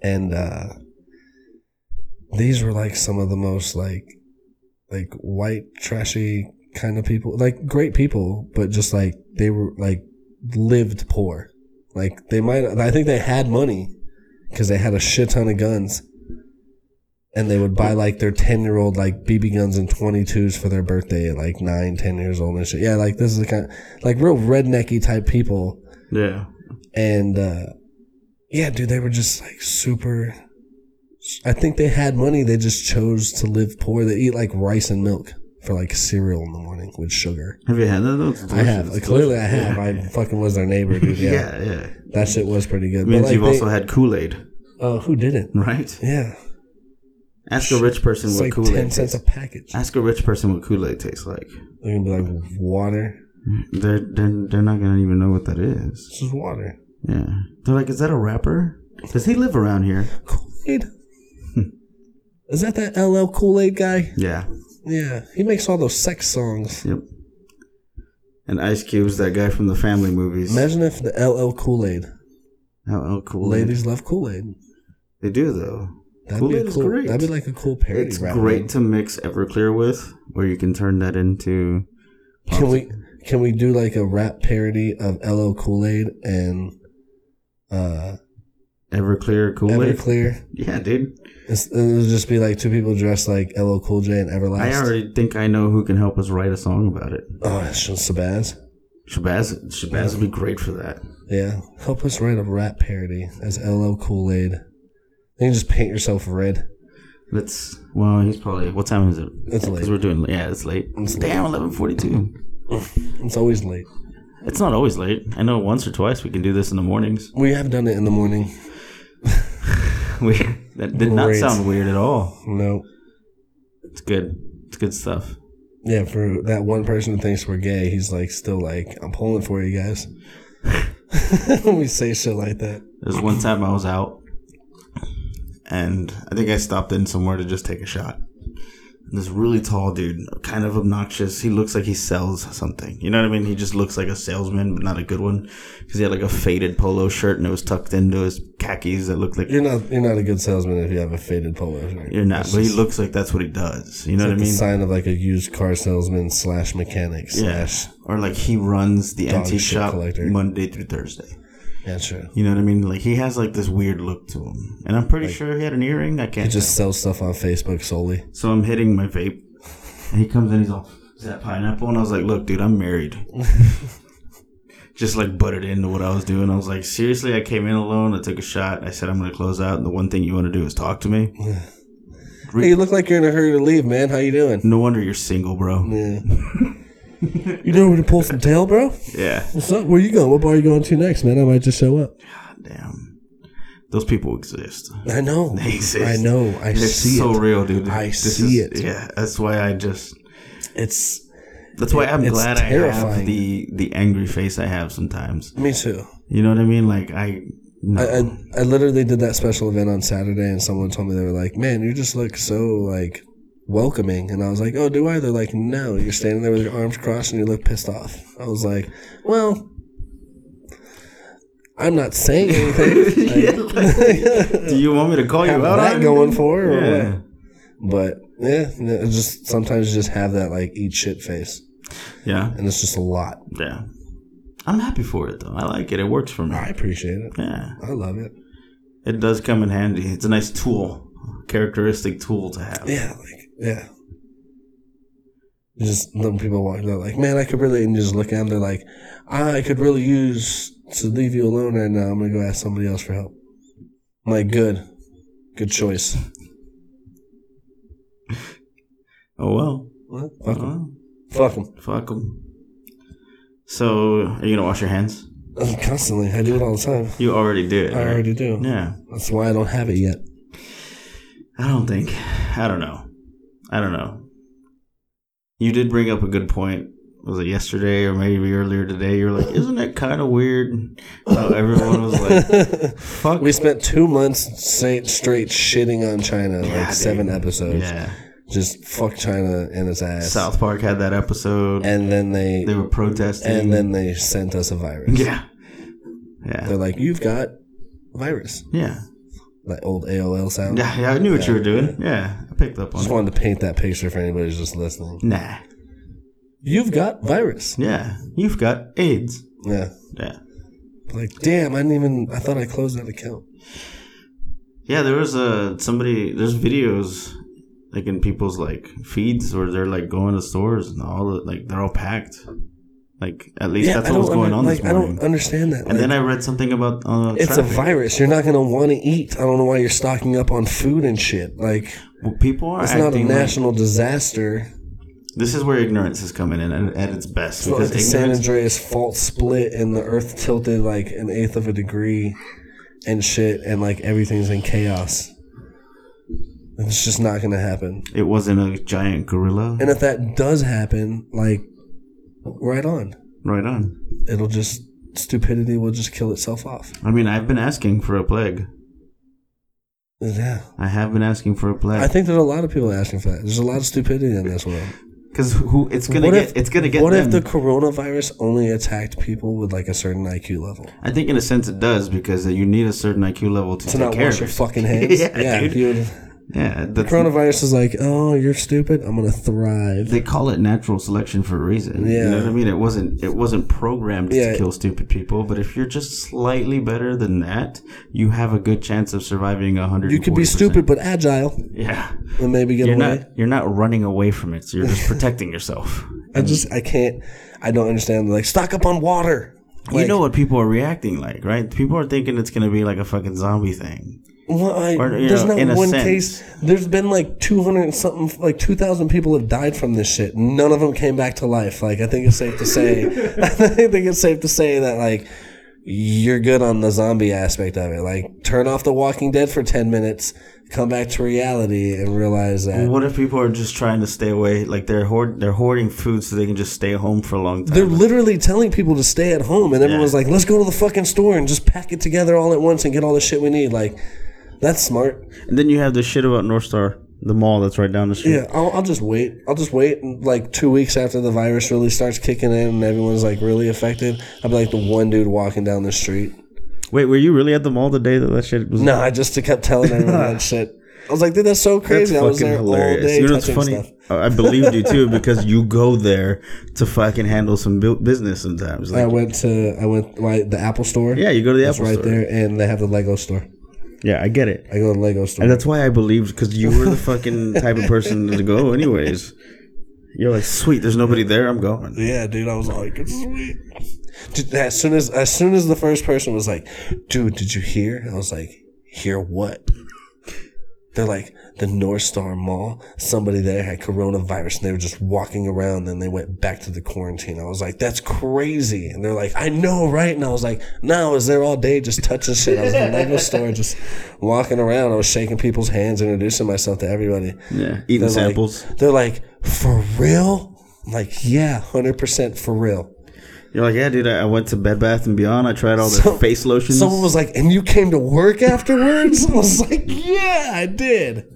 Speaker 2: And uh, these were like some of the most like like white trashy kind of people, like great people, but just like they were like lived poor. Like they might. I think they had money because they had a shit ton of guns. And they would buy like their ten year old like BB guns and twenty twos for their birthday at like nine, ten years old and shit. Yeah, like this is the kind like real rednecky type people.
Speaker 1: Yeah.
Speaker 2: And uh yeah, dude, they were just like super I think they had money, they just chose to live poor. They eat like rice and milk for like cereal in the morning with sugar.
Speaker 1: Have you had that? though? It's
Speaker 2: I
Speaker 1: delicious.
Speaker 2: have. Like, clearly I have. I fucking was their neighbor, dude. Yeah.
Speaker 1: Yeah, yeah.
Speaker 2: That shit was pretty good.
Speaker 1: It means
Speaker 2: But, like,
Speaker 1: you've
Speaker 2: they-
Speaker 1: also had Kool Aid,
Speaker 2: uh, who did it?
Speaker 1: right?
Speaker 2: Yeah.
Speaker 1: Ask a rich person
Speaker 2: It's
Speaker 1: what
Speaker 2: like
Speaker 1: Kool
Speaker 2: ten
Speaker 1: Aid.
Speaker 2: cents a package.
Speaker 1: Ask a rich person what Kool Aid tastes like.
Speaker 2: They're gonna be like water.
Speaker 1: They're, they're they're not gonna even know what that is.
Speaker 2: This is water.
Speaker 1: Yeah, they're like, is that a rapper? Does he live around here?
Speaker 2: Kool Aid. Is that that LL Kool Aid guy?
Speaker 1: Yeah.
Speaker 2: Yeah, he makes all those sex songs.
Speaker 1: Yep. And Ice Cube's that guy from the family movies.
Speaker 2: Imagine if the LL Kool Aid.
Speaker 1: oh, oh, cool.
Speaker 2: Ladies love Kool Aid.
Speaker 1: They do, though.
Speaker 2: That'd
Speaker 1: Kool-Aid
Speaker 2: be a
Speaker 1: is
Speaker 2: cool.
Speaker 1: great.
Speaker 2: That'd be like a cool parody.
Speaker 1: It's
Speaker 2: rap name.
Speaker 1: great to mix Everclear with, where you can turn that into.
Speaker 2: Can we can we do like a rap parody of LL Kool Aid and uh
Speaker 1: Everclear Kool Aid?
Speaker 2: Everclear?
Speaker 1: Yeah, dude.
Speaker 2: It's, it'll just be like two people dressed like LL Cool J and Everlast.
Speaker 1: I already think I know who can help us write a song about it.
Speaker 2: oh, that's just Shabazz.
Speaker 1: Shabazz, Shabazz would be great for that.
Speaker 2: Yeah, help us write a rap parody as LL Kool Aid. Then you just paint yourself red.
Speaker 1: Let's. Well, he's probably. What time is it?
Speaker 2: It's late.
Speaker 1: Because we're doing. Yeah, it's late. Damn, eleven forty-two.
Speaker 2: It's always late.
Speaker 1: It's not always late. I know once or twice we can do this in the mornings.
Speaker 2: We have done it in the morning.
Speaker 1: We that did not
Speaker 2: Great.
Speaker 1: sound weird at all.
Speaker 2: No.
Speaker 1: It's good. It's good stuff.
Speaker 2: Yeah, for that one person who thinks we're gay, he's like still like, I'm pulling for you guys. we say shit like that.
Speaker 1: There's one time I was out, and I think I stopped in somewhere to just take a shot. And this really tall dude, kind of obnoxious. He looks like he sells something. You know what I mean? He just looks like a salesman, but not a good one, because he had like a faded polo shirt and it was tucked into his khakis that looked like
Speaker 2: You're not you're not a good salesman if you have a faded polo shirt.
Speaker 1: you're not. But he looks like that's what he does. You know what I
Speaker 2: The
Speaker 1: mean?
Speaker 2: sign of like a used car salesman slash mechanic slash
Speaker 1: Or like he runs the antique
Speaker 2: shit
Speaker 1: shop
Speaker 2: collector.
Speaker 1: Monday through Thursday.
Speaker 2: yeah, sure.
Speaker 1: You know what I mean? Like he has like this weird look to him, and I'm pretty sure he had an earring. I can't.
Speaker 2: Just sell stuff on Facebook solely.
Speaker 1: So I'm hitting my vape, and he comes in. He's all, "Is that pineapple?" And I was like, "Look, dude, I'm married." Just like butted into what I was doing. I was like, "Seriously, I came in alone. I took a shot. I said I'm gonna close out. And the one thing you want to do is talk to me.
Speaker 2: Hey, you look like you're in a hurry to leave, man. How you doing?
Speaker 1: No wonder you're single, bro.
Speaker 2: Yeah. you know where to pull some tail, bro?
Speaker 1: Yeah,
Speaker 2: What's up? Where you going? What bar you going to next, man? I might just show up.
Speaker 1: damn, those people exist.
Speaker 2: I know.
Speaker 1: They exist.
Speaker 2: I know. I
Speaker 1: It's
Speaker 2: see
Speaker 1: so
Speaker 2: it.
Speaker 1: real, dude.
Speaker 2: I
Speaker 1: This
Speaker 2: see
Speaker 1: is-
Speaker 2: it.
Speaker 1: Yeah, that's why I just.
Speaker 2: It's
Speaker 1: That's why I'm
Speaker 2: it's
Speaker 1: glad I have
Speaker 2: terrifying.
Speaker 1: the the angry face I have sometimes.
Speaker 2: me too.
Speaker 1: You know what I mean? Like I. No.
Speaker 2: I, I I literally did that special event on Saturday, and someone told me they were like, "Man, you just look so like welcoming," and I was like, "Oh, do I?" They're like, "No, you're standing there with your arms crossed and you look pissed off." I was like, "Well." I'm not saying anything.
Speaker 1: Yeah, like, do you want me to call you
Speaker 2: Have
Speaker 1: out
Speaker 2: that
Speaker 1: on
Speaker 2: going
Speaker 1: anything?
Speaker 2: for or
Speaker 1: yeah.
Speaker 2: what? But yeah, no, it's just sometimes you just have that like eat shit face,
Speaker 1: Yeah,
Speaker 2: and it's just a lot.
Speaker 1: yeah. I'm happy for it though. I like it. It works for me.
Speaker 2: I appreciate it.
Speaker 1: Yeah,
Speaker 2: I love it.
Speaker 1: it does come in handy. It's a nice tool, characteristic tool to have.
Speaker 2: Yeah, like yeah. You just little people walking out like, man, I could really, and you just look at them. They're like, I could really use to leave you alone right now. I'm gonna go ask somebody else for help. I'm like, good, good choice.
Speaker 1: Oh well.
Speaker 2: What? Fuck them.
Speaker 1: well
Speaker 2: Fuck them.
Speaker 1: fuck them. So, are you gonna wash your hands?
Speaker 2: Constantly, I do it all the time.
Speaker 1: You already do it.
Speaker 2: I
Speaker 1: right?
Speaker 2: already do.
Speaker 1: Yeah.
Speaker 2: That's why I don't have it yet.
Speaker 1: I don't think. I don't know. I don't know. You did bring up a good point. Was it yesterday or maybe earlier today? You're like, isn't it kind of weird? How everyone was like, fuck.
Speaker 2: We spent two months straight, straight shitting on China, like
Speaker 1: dude.
Speaker 2: seven episodes.
Speaker 1: yeah.
Speaker 2: Just fuck China in its ass.
Speaker 1: South Park had that episode.
Speaker 2: And then they,
Speaker 1: they were protesting.
Speaker 2: and then they sent us a virus.
Speaker 1: yeah. Yeah.
Speaker 2: They're like, you've got virus.
Speaker 1: Yeah.
Speaker 2: That old AOL sound.
Speaker 1: Yeah. Yeah. I knew what you were doing. Yeah. I picked up on
Speaker 2: Just
Speaker 1: it.
Speaker 2: wanted to paint that picture for anybody who's just listening.
Speaker 1: Nah.
Speaker 2: You've got virus.
Speaker 1: Yeah. You've got AIDS.
Speaker 2: Yeah.
Speaker 1: Yeah.
Speaker 2: Like, damn, I didn't even, I thought I closed that account.
Speaker 1: Yeah, there was a somebody. There's videos like in people's like feeds where they're like going to stores and all the like they're all packed. Like at least that's
Speaker 2: I
Speaker 1: what was
Speaker 2: don't
Speaker 1: going
Speaker 2: under-
Speaker 1: on
Speaker 2: like,
Speaker 1: this
Speaker 2: I
Speaker 1: morning.
Speaker 2: don't understand that.
Speaker 1: and
Speaker 2: Like,
Speaker 1: then I read something about uh,
Speaker 2: it's a
Speaker 1: traffic.
Speaker 2: virus. You're not going to want to eat. I don't know why you're stocking up on food and shit. Like,
Speaker 1: Well, people are
Speaker 2: it's
Speaker 1: acting.
Speaker 2: not a
Speaker 1: like-
Speaker 2: national disaster.
Speaker 1: this is where ignorance is coming in at, at its best
Speaker 2: It's not like
Speaker 1: because
Speaker 2: the San
Speaker 1: ignorance.
Speaker 2: Andreas fault split and the earth tilted like an eighth of a degree and shit, and like everything's in chaos. It's just not gonna happen.
Speaker 1: It wasn't a giant gorilla.
Speaker 2: And if that does happen, like, right on.
Speaker 1: Right on.
Speaker 2: It'll just, stupidity will just kill itself off.
Speaker 1: I mean, I've been asking for a plague.
Speaker 2: Yeah.
Speaker 1: I have been asking for a plague.
Speaker 2: I think there's a lot of people asking for that. There's a lot of stupidity in this world.
Speaker 1: Because who? It's gonna
Speaker 2: What
Speaker 1: get.
Speaker 2: if-
Speaker 1: it's gonna get.
Speaker 2: what
Speaker 1: them.
Speaker 2: if the coronavirus only attacked people with like a certain IQ level?
Speaker 1: I think in a sense it does because you need a certain IQ level to
Speaker 2: To
Speaker 1: take
Speaker 2: not
Speaker 1: care
Speaker 2: wash
Speaker 1: of
Speaker 2: your
Speaker 1: it.
Speaker 2: fucking hands.
Speaker 1: Yeah, dude.
Speaker 2: if you would-
Speaker 1: Yeah, that's,
Speaker 2: coronavirus is like, oh, you're stupid. I'm gonna thrive.
Speaker 1: they call it natural selection for a reason. you know
Speaker 2: Yeah.
Speaker 1: what I mean. It wasn't it wasn't programmed
Speaker 2: Yeah.
Speaker 1: to kill stupid people, but if you're just slightly better than that, you have a good chance of surviving a hundred.
Speaker 2: You could be stupid but agile,
Speaker 1: Yeah,
Speaker 2: and maybe get
Speaker 1: you're
Speaker 2: away.
Speaker 1: not you're not running away from it. So you're just protecting yourself.
Speaker 2: I just I can't. I don't understand. Like stock up on water.
Speaker 1: you know what people are reacting like, right? People are thinking it's gonna be like a fucking zombie thing.
Speaker 2: Well, I,
Speaker 1: Or, you
Speaker 2: there's
Speaker 1: know, in a
Speaker 2: not one
Speaker 1: sense.
Speaker 2: case. There's been like 200 and something, like 2,000 people have died from this shit. None of them came back to life. Like, I think it's safe to say, I think it's safe to say that, like, you're good on the zombie aspect of it. Like, turn off The Walking Dead for 10 minutes, come back to reality, and realize that
Speaker 1: What if people are just trying to stay away? Like they're hoard- they're hoarding food so they can just stay home for a long time.
Speaker 2: They're literally telling people to stay at home, and everyone's like, "Let's go to the fucking store and just pack it together all at once and get all the shit we need." Like, that's smart.
Speaker 1: And then you have the shit about North Star, the mall that's right down the street.
Speaker 2: Yeah, I'll, I'll just wait. I'll just wait and, like two weeks after the virus really starts kicking in and everyone's like really affected. I'll be like the one dude walking down the street.
Speaker 1: Wait, were you really at the mall the day that that shit was?
Speaker 2: No, I just kept telling everyone that shit. I was like, dude, that's so
Speaker 1: That's
Speaker 2: crazy. I was there all day
Speaker 1: you know what's
Speaker 2: touching
Speaker 1: funny?
Speaker 2: stuff.
Speaker 1: I I believed you too because you go there to fucking handle some bu- business sometimes.
Speaker 2: I
Speaker 1: Like,
Speaker 2: went to I went like the Apple store.
Speaker 1: yeah, you go to the
Speaker 2: that's
Speaker 1: Apple
Speaker 2: right
Speaker 1: store.
Speaker 2: there, and they have the Lego store.
Speaker 1: Yeah, I get it,
Speaker 2: I go to the Lego store.
Speaker 1: and that's why I believed because you were the fucking type of person to go anyways. You're like, sweet, there's nobody there. I'm going.
Speaker 2: Yeah, dude, I was like, it's sweet. Dude, as soon as as soon as the first person was like, dude, did you hear? I was like, hear what? They're like, the North Star Mall, somebody there had coronavirus and they were just walking around and they went back to the quarantine. I was like, that's crazy. And they're like, I know, right? And I was like, no, I was there all day just touching shit. I was in the Lego store just walking around. I was shaking people's hands, introducing myself to everybody.
Speaker 1: Yeah, eating
Speaker 2: They're like-
Speaker 1: samples.
Speaker 2: they're like, for real? I'm like, yeah, hundred percent for real.
Speaker 1: You're like, yeah, dude. I I went to Bed Bath and Beyond. I tried all their
Speaker 2: Some-
Speaker 1: face lotions.
Speaker 2: Someone was like, and you came to work afterwards? I was like, yeah, I did.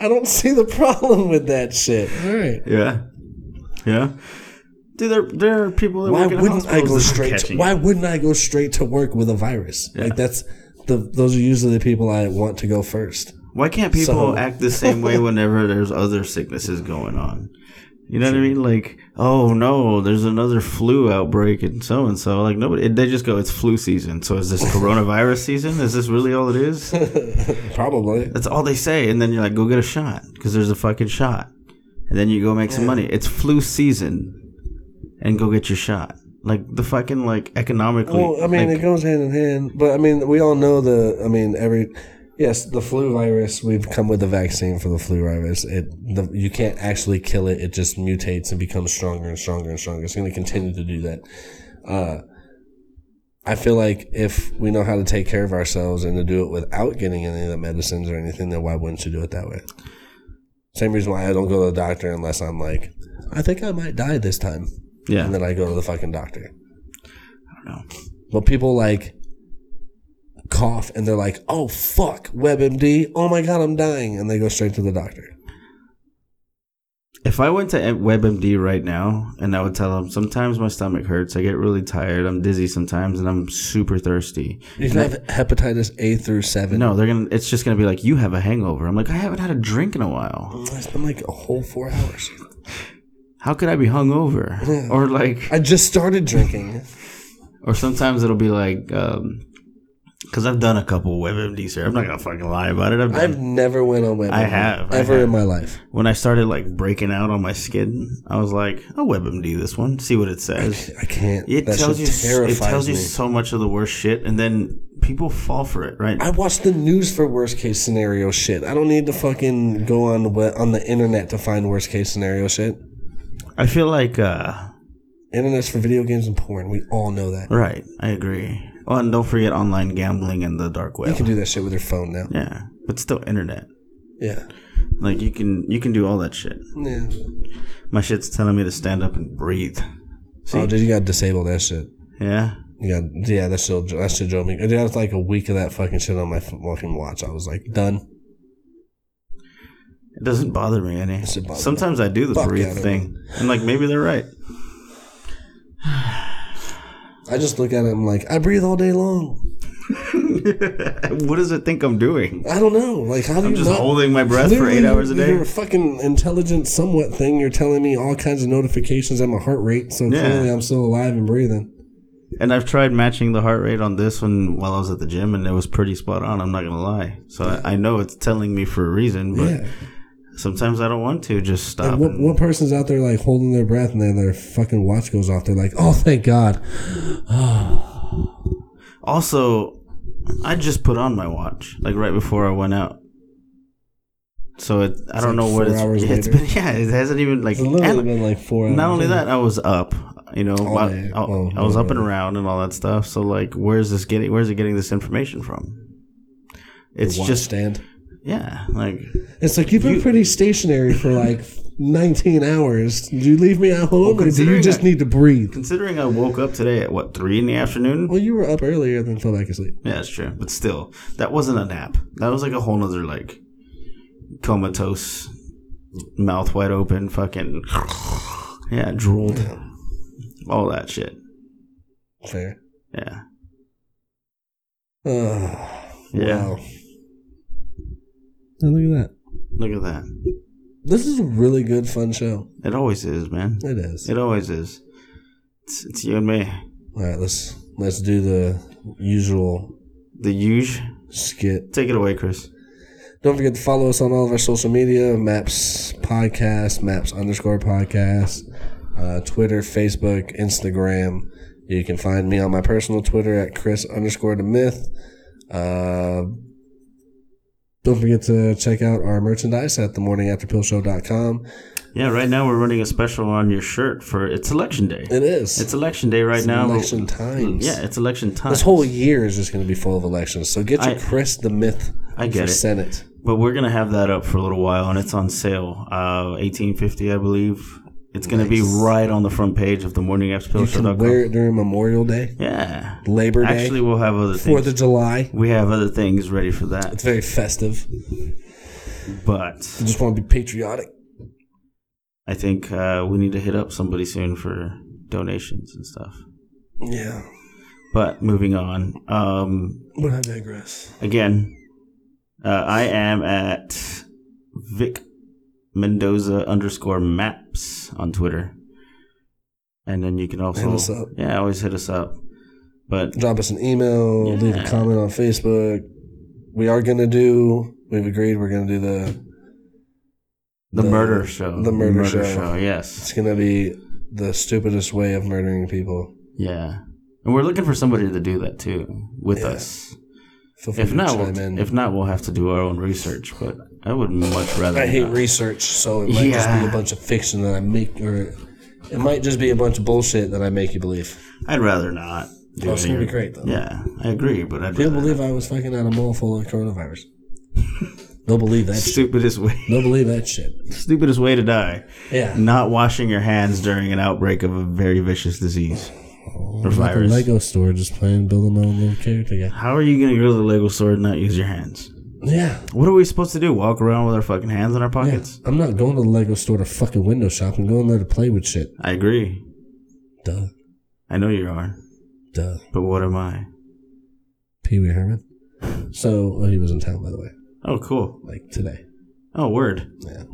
Speaker 2: I don't see the problem with that shit. All right.
Speaker 1: yeah, yeah. Dude, there there are people that
Speaker 2: Why
Speaker 1: work in
Speaker 2: wouldn't I
Speaker 1: hospitals
Speaker 2: go
Speaker 1: that are
Speaker 2: straight?
Speaker 1: catching
Speaker 2: To,
Speaker 1: it.
Speaker 2: why wouldn't I go straight to work with a virus? Like that's the those are usually the people I want to go first.
Speaker 1: Why can't people
Speaker 2: So-
Speaker 1: act the same way whenever there's other sicknesses going on? You know what I mean? Like, oh no, there's another flu outbreak and so and so. Like nobody, they just go, it's flu season. So is this coronavirus season? Is this really all it is?
Speaker 2: Probably.
Speaker 1: That's all they say. And then you're like, go get a shot because there's a fucking shot. And then you go make some money. It's flu season, and go get your shot. Like the fucking like economically.
Speaker 2: Well, I mean,
Speaker 1: like-
Speaker 2: it goes hand in hand, but I mean, we all know the. I mean, every yes, the flu virus. We've come with a vaccine for the flu virus. It the, you can't actually kill it. It just mutates and becomes stronger and stronger and stronger. It's going to continue to do that. Uh, I feel like if we know how to take care of ourselves and to do it without getting any of the medicines or anything, then why wouldn't you do it that way? Same reason why I don't go to the doctor unless I'm like, I think I might die this time,
Speaker 1: yeah,
Speaker 2: and then I go to the fucking doctor.
Speaker 1: I don't know.
Speaker 2: But people like cough and they're like, oh fuck, WebMD, oh my god, I'm dying. And they go straight to the doctor.
Speaker 1: If I went to WebMD right now and I would tell them, sometimes my stomach hurts, I get really tired, I'm dizzy sometimes, and I'm super thirsty.
Speaker 2: You can have hepatitis A through seven.
Speaker 1: No, they're gonna. It's just gonna be like you have a hangover. I'm like, I haven't had a drink in a while.
Speaker 2: It's been like a whole four hours.
Speaker 1: How could I be hungover? Or like,
Speaker 2: I just started drinking.
Speaker 1: or sometimes it'll be like, um, because I've done a couple WebMDs here. I'm not gonna fucking lie about it. I've done
Speaker 2: I've never went on WebMD.
Speaker 1: I have, I
Speaker 2: Ever
Speaker 1: have.
Speaker 2: in my life.
Speaker 1: when I started like breaking out on my skin. I was like, I'll WebMD this one, see what it says.
Speaker 2: I can't.
Speaker 1: It
Speaker 2: that
Speaker 1: tells
Speaker 2: shit
Speaker 1: you. It
Speaker 2: terrifies
Speaker 1: tells you
Speaker 2: me.
Speaker 1: so much of the worst shit, and then people fall for it, right?
Speaker 2: I watch the news for worst case scenario shit. I don't need to fucking go on the we- on the internet to find worst case scenario shit.
Speaker 1: I feel like, uh,
Speaker 2: Internet's for video games and porn. We all know that.
Speaker 1: right, I agree. Oh, and don't forget online gambling and the dark
Speaker 2: You
Speaker 1: web.
Speaker 2: can do that shit with your phone now.
Speaker 1: yeah, but still internet.
Speaker 2: Yeah.
Speaker 1: Like you can you can do all that shit.
Speaker 2: Yeah.
Speaker 1: My shit's telling me to stand up and breathe.
Speaker 2: Oh, dude, you gotta disable that shit.
Speaker 1: Yeah.
Speaker 2: You got yeah, that still that shit drove me. I did have like a week of that fucking shit on my f- fucking watch. I was like, done.
Speaker 1: It doesn't bother me any.
Speaker 2: Doesn't bother
Speaker 1: Sometimes I do the
Speaker 2: Fuck
Speaker 1: breathe
Speaker 2: yeah, I don't
Speaker 1: thing. And like maybe they're right.
Speaker 2: I just look at it. I'm like, I breathe all day long.
Speaker 1: what does it think I'm doing?
Speaker 2: I don't know. Like, how do
Speaker 1: I'm
Speaker 2: you
Speaker 1: just
Speaker 2: not-
Speaker 1: holding my breath for
Speaker 2: Literally,
Speaker 1: eight hours a
Speaker 2: You're
Speaker 1: day.
Speaker 2: a fucking intelligent, somewhat thing. You're telling me all kinds of notifications at my heart rate, so
Speaker 1: Yeah.
Speaker 2: clearly I'm still alive and breathing.
Speaker 1: And I've tried matching the heart rate on this one while I was at the gym, and it was pretty spot on. I'm not gonna lie. So I, I know it's telling me for a reason, but
Speaker 2: Yeah.
Speaker 1: sometimes I don't want to just stop.
Speaker 2: What,
Speaker 1: and-
Speaker 2: what person's out there like holding their breath and then their fucking watch goes off? They're like, oh, thank God.
Speaker 1: Also, I just put on my watch like right before I went out. So it, I don't know what
Speaker 2: four
Speaker 1: it's,
Speaker 2: hours
Speaker 1: it's
Speaker 2: later.
Speaker 1: been. Yeah, it hasn't even like.
Speaker 2: It's literally
Speaker 1: And
Speaker 2: been like four hours.
Speaker 1: not only that, I was up. You know, I,
Speaker 2: day.
Speaker 1: I-
Speaker 2: Oh,
Speaker 1: I was
Speaker 2: yeah,
Speaker 1: up and around and all that stuff. So like, where's this getting? Where's it getting this information from? It's
Speaker 2: Watch
Speaker 1: just
Speaker 2: stand.
Speaker 1: yeah, like
Speaker 2: It's like you've been pretty stationary for like 19 hours. Do you leave me at home or do you
Speaker 1: considering
Speaker 2: just
Speaker 1: I-
Speaker 2: need to breathe?
Speaker 1: considering I woke up today at what three in the afternoon.
Speaker 2: Well, you were up earlier than fell back asleep.
Speaker 1: Yeah, that's true. But still, that wasn't a nap. That was like a whole nother like comatose, mouth wide open, fucking yeah, drooled, all that shit.
Speaker 2: Fair.
Speaker 1: Yeah,
Speaker 2: Uh,
Speaker 1: yeah.
Speaker 2: Wow. Now look at that.
Speaker 1: Look at that.
Speaker 2: This is a really good, fun show.
Speaker 1: It always is, man.
Speaker 2: It is.
Speaker 1: It always is. It's, it's you and me.
Speaker 2: All right, let's let's do the usual
Speaker 1: The huge.
Speaker 2: skit.
Speaker 1: Take it away, Chris.
Speaker 2: Don't forget to follow us on all of our social media: Maps Podcast, Maps underscore Podcast, uh, Twitter, Facebook, Instagram. You can find me on my personal Twitter at Chris underscore the Myth. Uh, don't forget to check out our merchandise at themorningafterpillshow.com.
Speaker 1: Yeah, right now we're running a special on your shirt for it's election day.
Speaker 2: It is.
Speaker 1: It's election day right now. Mm,
Speaker 2: election times.
Speaker 1: Yeah, it's election time.
Speaker 2: This whole year is just going to be full of elections. So get your
Speaker 1: I-
Speaker 2: Chris the Myth
Speaker 1: I get
Speaker 2: for
Speaker 1: it.
Speaker 2: Senate.
Speaker 1: But we're gonna have that up for a little while, and it's on sale. Uh, eighteen fifty, I believe. It's gonna be right on the front page of the morning apps
Speaker 2: You can wear it during Memorial Day,
Speaker 1: Yeah.
Speaker 2: Labor Day,
Speaker 1: Actually, we'll have other
Speaker 2: Fourth
Speaker 1: things.
Speaker 2: of July.
Speaker 1: we have other things ready for that,
Speaker 2: It's very festive.
Speaker 1: but
Speaker 2: I just want to be patriotic.
Speaker 1: I think uh, we need to hit up somebody soon for donations and stuff.
Speaker 2: Yeah,
Speaker 1: But moving on. Um,
Speaker 2: but I digress.
Speaker 1: again, uh, I am at Vic Mendoza underscore maps on Twitter. And then you can also
Speaker 2: Hit us up.
Speaker 1: Yeah, always hit us up. But
Speaker 2: Drop us an email. Leave a
Speaker 1: Yeah.
Speaker 2: comment on Facebook. We are going to do. We've agreed. We're going to do the.
Speaker 1: the, murder show.
Speaker 2: the murder show.
Speaker 1: yes.
Speaker 2: It's going to be the stupidest way of murdering people.
Speaker 1: Yeah. And we're looking for somebody to do that too with
Speaker 2: Yeah.
Speaker 1: us.
Speaker 2: Feel free
Speaker 1: If
Speaker 2: to
Speaker 1: not,
Speaker 2: chime
Speaker 1: we'll,
Speaker 2: in.
Speaker 1: if not, we'll have to do our own research. But I would much rather.
Speaker 2: I hate
Speaker 1: not.
Speaker 2: research, so it might just be a
Speaker 1: Yeah.
Speaker 2: bunch of fiction that I make, or it might just be a bunch of bullshit that I make you believe.
Speaker 1: I'd rather not. Do
Speaker 2: Oh, it's
Speaker 1: it
Speaker 2: gonna be
Speaker 1: here.
Speaker 2: great, though.
Speaker 1: Yeah, I agree. But I'd
Speaker 2: They'll
Speaker 1: rather
Speaker 2: believe I was fucking at a mall full of coronavirus. They'll believe that. shit.
Speaker 1: stupidest way.
Speaker 2: They'll believe that shit.
Speaker 1: stupidest way to die.
Speaker 2: Yeah.
Speaker 1: Not washing your hands during an outbreak of a very vicious disease or
Speaker 2: Like a
Speaker 1: virus.
Speaker 2: Lego store, just playing, building my own little character guy.
Speaker 1: How are you going to go to the Lego store and not use your hands?
Speaker 2: Yeah.
Speaker 1: What are we supposed to do? Walk around with our fucking hands in our pockets?
Speaker 2: I'm not going to the Lego store to fucking window shop. I'm going there to play with shit.
Speaker 1: I agree.
Speaker 2: Duh.
Speaker 1: I know you are,
Speaker 2: Duh.
Speaker 1: but what am I?
Speaker 2: Pee Wee Herman. So, oh, he was in town, by the way,
Speaker 1: Oh, cool.
Speaker 2: like today.
Speaker 1: Oh, word.
Speaker 2: Yeah.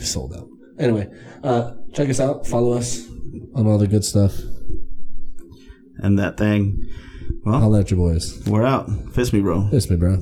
Speaker 2: Sold out. Anyway, uh, check us out. Follow us on all the good stuff.
Speaker 1: And that thing. Well,
Speaker 2: Holla at your boys.
Speaker 1: we're out. Fist me, bro.
Speaker 2: It's me, bro.